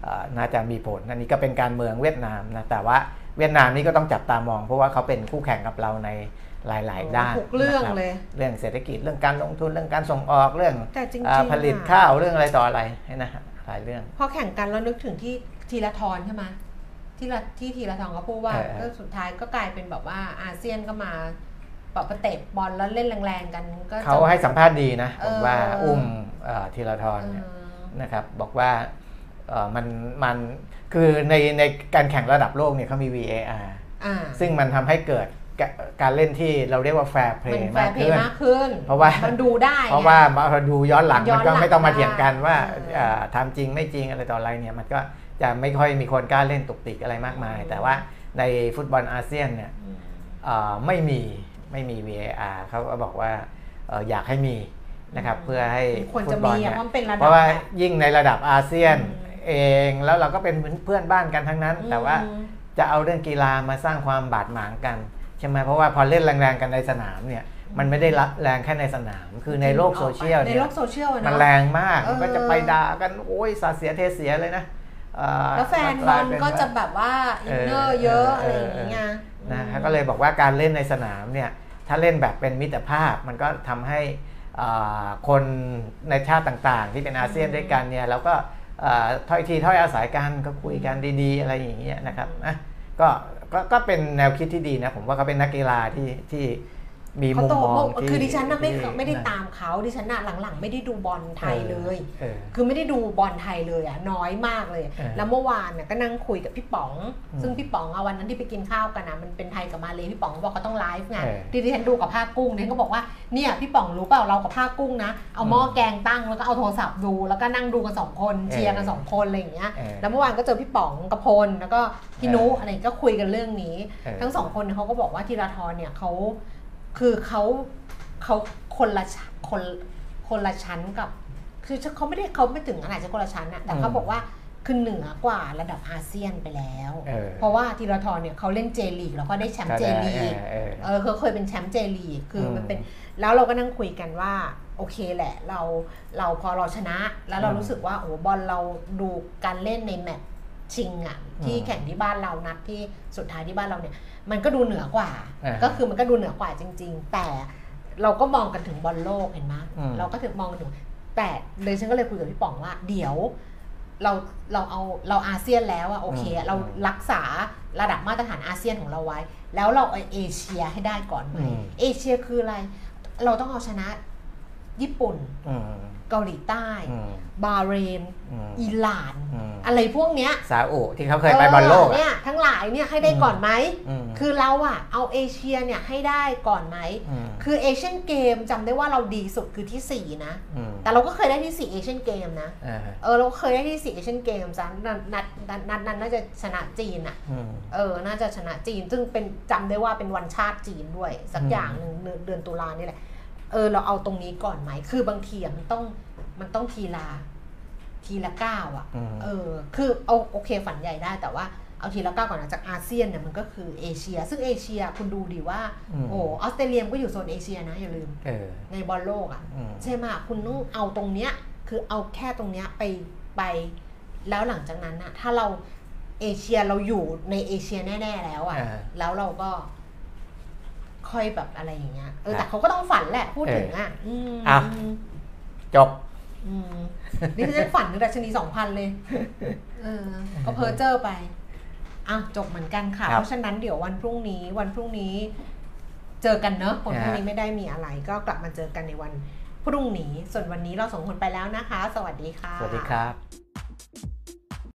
Speaker 3: เอ่อน่าจะมีผลอันนี้ก็เป็นการเมืองเวียดนามนะแต่ว่าเวียดนามนี่ก็ต้องจับตามอง เพราะว่าเขาเป็นคู่แข่งกับเราในหลาย ๆ ด้าน
Speaker 2: ทุกเรื่อง
Speaker 3: นะครับ
Speaker 2: เลย
Speaker 3: เรื่องเศรษฐกิจเรื่องการลงทุนเรื่องการส่งออกเรื่อง
Speaker 2: แต่จริง
Speaker 3: อ่า
Speaker 2: ๆ
Speaker 3: ผลิต
Speaker 2: อะ
Speaker 3: ข้าวเรื่องอะไรต่ออะไรนะฮะหลายเรื่อง
Speaker 2: พอแข่งกันแล้วนึกถึงที่ทีละทอนใช่ไหมที่ละที่ทีละทอนเขาพูดว่า
Speaker 3: เออเออ
Speaker 2: ก็สุดท้ายก็กลายเป็นแบบว่าอาเซียนก็มาปะปะเตะบอลแล้วเล่นแรงๆกันก็
Speaker 3: เขาให้สัมภาษณ์ดีนะ ผมว่า
Speaker 2: เ
Speaker 3: อุ้มเอ่อธีรทร
Speaker 2: เอ
Speaker 3: เนี่ย
Speaker 2: อ
Speaker 3: นะครับบอกว่าเอ่อมันมันคือในในการแข่งระดับโลกเนี่ยเขามี VAR
Speaker 2: อ่า
Speaker 3: ซึ่งมันทำให้เกิดกะการเล่นที่เราเรียกว่าแฟร์เพล
Speaker 2: มัน
Speaker 3: ย์
Speaker 2: แฟ
Speaker 3: มาก
Speaker 2: ร์เพล
Speaker 3: ขึ้
Speaker 2: ย์
Speaker 3: น
Speaker 2: มากขึ้น
Speaker 3: เพราะว่า
Speaker 2: นดูได้
Speaker 3: เพราะว่า
Speaker 2: ไง
Speaker 3: มาดูย้อนหลัง
Speaker 2: ย้อน
Speaker 3: มั
Speaker 2: นหลั
Speaker 3: ก็
Speaker 2: ง
Speaker 3: ไม่ต้องมาเถียงกันว่า
Speaker 2: ได้
Speaker 3: เอ่อทำจริงไม่จริงอะไรต่ออะไรเนี่ยมันก็จะไม่ค่อยมีคนกล้าเล่นตุกติกอะไรมากมาย แต่ว่าในฟุตบอลอาเซียนเนี่ย
Speaker 2: อืม
Speaker 3: เอ่อไม่มีไม่มี VAR เขาก็บอกว่าเอ่ออยากให้มีนะครับ
Speaker 2: อืม
Speaker 3: เพื่อให้
Speaker 2: ควร
Speaker 3: ฟุ
Speaker 2: จะ
Speaker 3: ตบอล
Speaker 2: มี
Speaker 3: เนี่ย
Speaker 2: อะเพราะมันเป็นระดับ
Speaker 3: เพราะว่ายิ่งในระดับอาเซียน
Speaker 2: อืม
Speaker 3: เองแล้วเราก็เป็นเพื่อนบ้านกันทั้งนั้น แต่ว่า
Speaker 2: อืม
Speaker 3: จะเอาเรื่องกีฬามาสร้างความบาดหมางกันใช่ไหมเพราะว่าพอเล่นแรงๆกันในสนามเนี่ยมันไม่ได้แรงแค่ในสนาม คือในโลกโซเชียล
Speaker 2: ใน
Speaker 3: เนี่ย
Speaker 2: โลกโซเชียลอะ
Speaker 3: มัน
Speaker 2: เนาะ
Speaker 3: แรงมาก
Speaker 2: เออ
Speaker 3: ก็จะไปด่ากันโอ้ยสาดเสียเทเสียเลยนะเอ่อ
Speaker 2: แล้วแฟนบ
Speaker 3: ลา
Speaker 2: อย ล
Speaker 3: เป็
Speaker 2: ก็จะ
Speaker 3: ว่า
Speaker 2: แบบว่าอินเนอ
Speaker 3: เอ
Speaker 2: ร์
Speaker 3: อ
Speaker 2: เยอะ
Speaker 3: เอออ
Speaker 2: อะไรอย่างเงี้ย
Speaker 3: นะ
Speaker 2: อืม
Speaker 3: ก็เลยบอกว่าการเล่นในสนามเนี่ยถ้าเล่นแบบเป็นมิตรภาพมันก็ทำให้อ่าคนในชาติต่างๆ ที่เป็นอาเซียน
Speaker 2: อืม
Speaker 3: ด้วยกันเนี่ยแล้วก็อ่าถ้อยทีถ้อยอาศัยกันก็คุยกันดีๆ อะไรอย่างเงี้ยนะครับอ่ะก็ก็ก็เป็นแนวคิดที่ดีนะผมว่าเขาเป็นนักกีฬาที่ที่มี
Speaker 2: เขา
Speaker 3: มุม
Speaker 2: โต
Speaker 3: มอง
Speaker 2: มา
Speaker 3: ที่
Speaker 2: คือดิฉันน่ะไม่
Speaker 3: ที่
Speaker 2: ไม่ได้
Speaker 3: นะ
Speaker 2: ตามเขาดิฉันน่ะหลังๆ ไม่ได้ดูบอลไทยเลย
Speaker 3: เออ
Speaker 2: คือไม่ได้ดูบอลไทยเลยอ่ะน้อยมากเลย
Speaker 3: เออ
Speaker 2: แล้วเมื่อวานเนี่ยก็นั่งคุยกับพี่ป๋อง
Speaker 3: อืม
Speaker 2: ซึ่งพี่ป๋องอะวันนั้นที่ไปกินข้าวกันนะมันเป็นไทยกับมาเลยพี่ป๋องบอกเขาต้องไลฟ์ไง
Speaker 3: เออ
Speaker 2: ที่ดิฉันดูกับผ้ากุ้งดิฉันก็บอกว่าเนี่ยพี่ป๋องรู้เปล่าเรากับผ้ากุ้งนะเอาหม้อแกงตั้งแล้วก็เอาโทรศัพท์ดูแล้วก็นั่งดูกันสองคน
Speaker 3: เออ
Speaker 2: เชียร์กันสองคนอะไรอย่างเงี้ย
Speaker 3: เออ
Speaker 2: แล้วเมื่อวานก็เจอพี่ป๋องกระพลแล้วก็พี่
Speaker 3: เออ
Speaker 2: นุอะไรก็คุยกันเรื่องนี้
Speaker 3: เออ
Speaker 2: ทั้งสองคนเนี่ยเขาก็บอกว่าธีราธรเนี่ยเขาคือเขาเขาคนละชคนคนละชั้นกับ คือเขาไม่ได้เขาไม่ถึงขนาดจะคนละชั้นนะแต่เขา
Speaker 3: อืม
Speaker 2: บอกว่าคือเหนือกว่าระดับอาเซียนไปแล้ว
Speaker 3: เออ
Speaker 2: เพราะว่าธีรทรเนี่ยเขาเล่นเจลีกแล้วก็ได้แชมป์เจลีก
Speaker 3: เออ
Speaker 2: เออเคยเคยเป็นแชมป์เจลีกคืออ
Speaker 3: ม
Speaker 2: มันเป็นแล้วเราก็นั่งคุยกันว่า โอเคแหละ เราเราพอเราชนะ แล้วเรา
Speaker 3: อืม
Speaker 2: รู้สึกว่าโอ้บอลเราดูการเล่นในแมตช์ชิงอะที่
Speaker 3: อืม
Speaker 2: แข่งที่บ้านเรานัดที่สุดท้ายที่บ้านเราเนี่ย มันก็ดูเหนือกว่า
Speaker 3: อ่า
Speaker 2: ก็คือมันก็ดูเหนือกว่าจริง ๆ แต่เราก็มองกันถึงบอลโลกเห็นไหม
Speaker 3: อืม
Speaker 2: เราก็ถึงมองกันถึงแต่เลยฉันก็เลยคุยกับพี่ป๋องว่า เดี๋ยว เราเราเอาเราอาเซียนแล้วอะโอเคอะ
Speaker 3: อืม
Speaker 2: เรารักษาระดับมาตรฐานอาเซียนของเราไว้ แล้วเราเอาเอเชียให้ได้ก่อนไหม
Speaker 3: อืม
Speaker 2: เอเชียคืออะไร เราต้องเอาชนะ ญี่ปุ่น
Speaker 3: อืม
Speaker 2: เกาหลีใต้
Speaker 3: อืม
Speaker 2: บาห์เรน
Speaker 3: อืม
Speaker 2: อิหร่าน
Speaker 3: อืม
Speaker 2: อะไรพวกเนี้ย
Speaker 3: ซาอุที่เขาเคยไปบอลโลก
Speaker 2: เออ
Speaker 3: อะ
Speaker 2: เนี่ยทั้งหลายเนี่ยให้ได้ก่อนไหม
Speaker 3: ม
Speaker 2: คือเราอะเอาเอเชียเนี่ยให้ได้ก่อนไหม
Speaker 3: ม
Speaker 2: คือเอเชียนเกมจำได้ว่าเราดีสุดคือที่สี่นะ
Speaker 3: อืม
Speaker 2: แต่เราก็เคยได้ที่สี่เอเชียนเกมนะ
Speaker 3: อ่า
Speaker 2: เออเราเคยได้ที่สี่เอเชียนเกมส์นะนัดนัดนัดนัดนั้นน่าจะชนะจีนอ่ะ
Speaker 3: อืม
Speaker 2: เออน่าจะชนะจีน ซึ่งเป็นจำได้ว่าเป็นวันชาติจีนด้วย สัก
Speaker 3: อืม
Speaker 2: อย่างหนึ่งเดือนเดือนตุลานี่แหละเออเราเอาตรงนี้ก่อนไหม คือบางทีอะมันต้องมันต้องทีละทีละก้าวอ่ะ
Speaker 3: อืม
Speaker 2: เออคือเอาโอเคฝันใหญ่ได้แต่ว่าเอาทีละก้าวก่อนนะจากอาเซียนเนี่ยมันก็คือเอเชีย ซึ่งเอเชียคุณดูดีว่า
Speaker 3: อืม
Speaker 2: โอ้ออสเตรเลียมันก็อยู่โซนเอเชียนะอย่าลืม
Speaker 3: เออ
Speaker 2: ในบอลโลกอ่ะ
Speaker 3: อืม
Speaker 2: ใช่ไหมคุณต้องเอาตรงเนี้ยคือเอาแค่ตรงเนี้ยไปไป แล้วหลังจากนั้นนะถ้าเราเอเชียเราอยู่ในเอเชียแน่ ๆ แล้วอะ
Speaker 3: อ่า
Speaker 2: แล้วเราก็ ค่อยแบบอะไรอย่างเงี้ยเออ
Speaker 3: ครับ
Speaker 2: แต่เขาก็ต้องฝันแหละพูดถึงอ่ะม
Speaker 3: อ่ะ
Speaker 2: อืม
Speaker 3: จบ
Speaker 2: อืมนี่ ฉันฝันในดัชนีสองพันเลย เออ ก็เพอเจอร์ไปอ่ะจบเหมือนกันค่ะ
Speaker 3: ครับ
Speaker 2: เพราะฉะนั้นเดี๋ยววันพรุ่งนี้ วันพรุ่งนี้ เจอกันเนอะคนพรุ่งนี้ไม่ได้มีอะไร ก็กลับมาเจอกันในวันพรุ่งนี้ ส่วนวันนี้เราสองคนไปแล้วนะคะ สวัสดีค่ะ
Speaker 3: สวัสดีครับ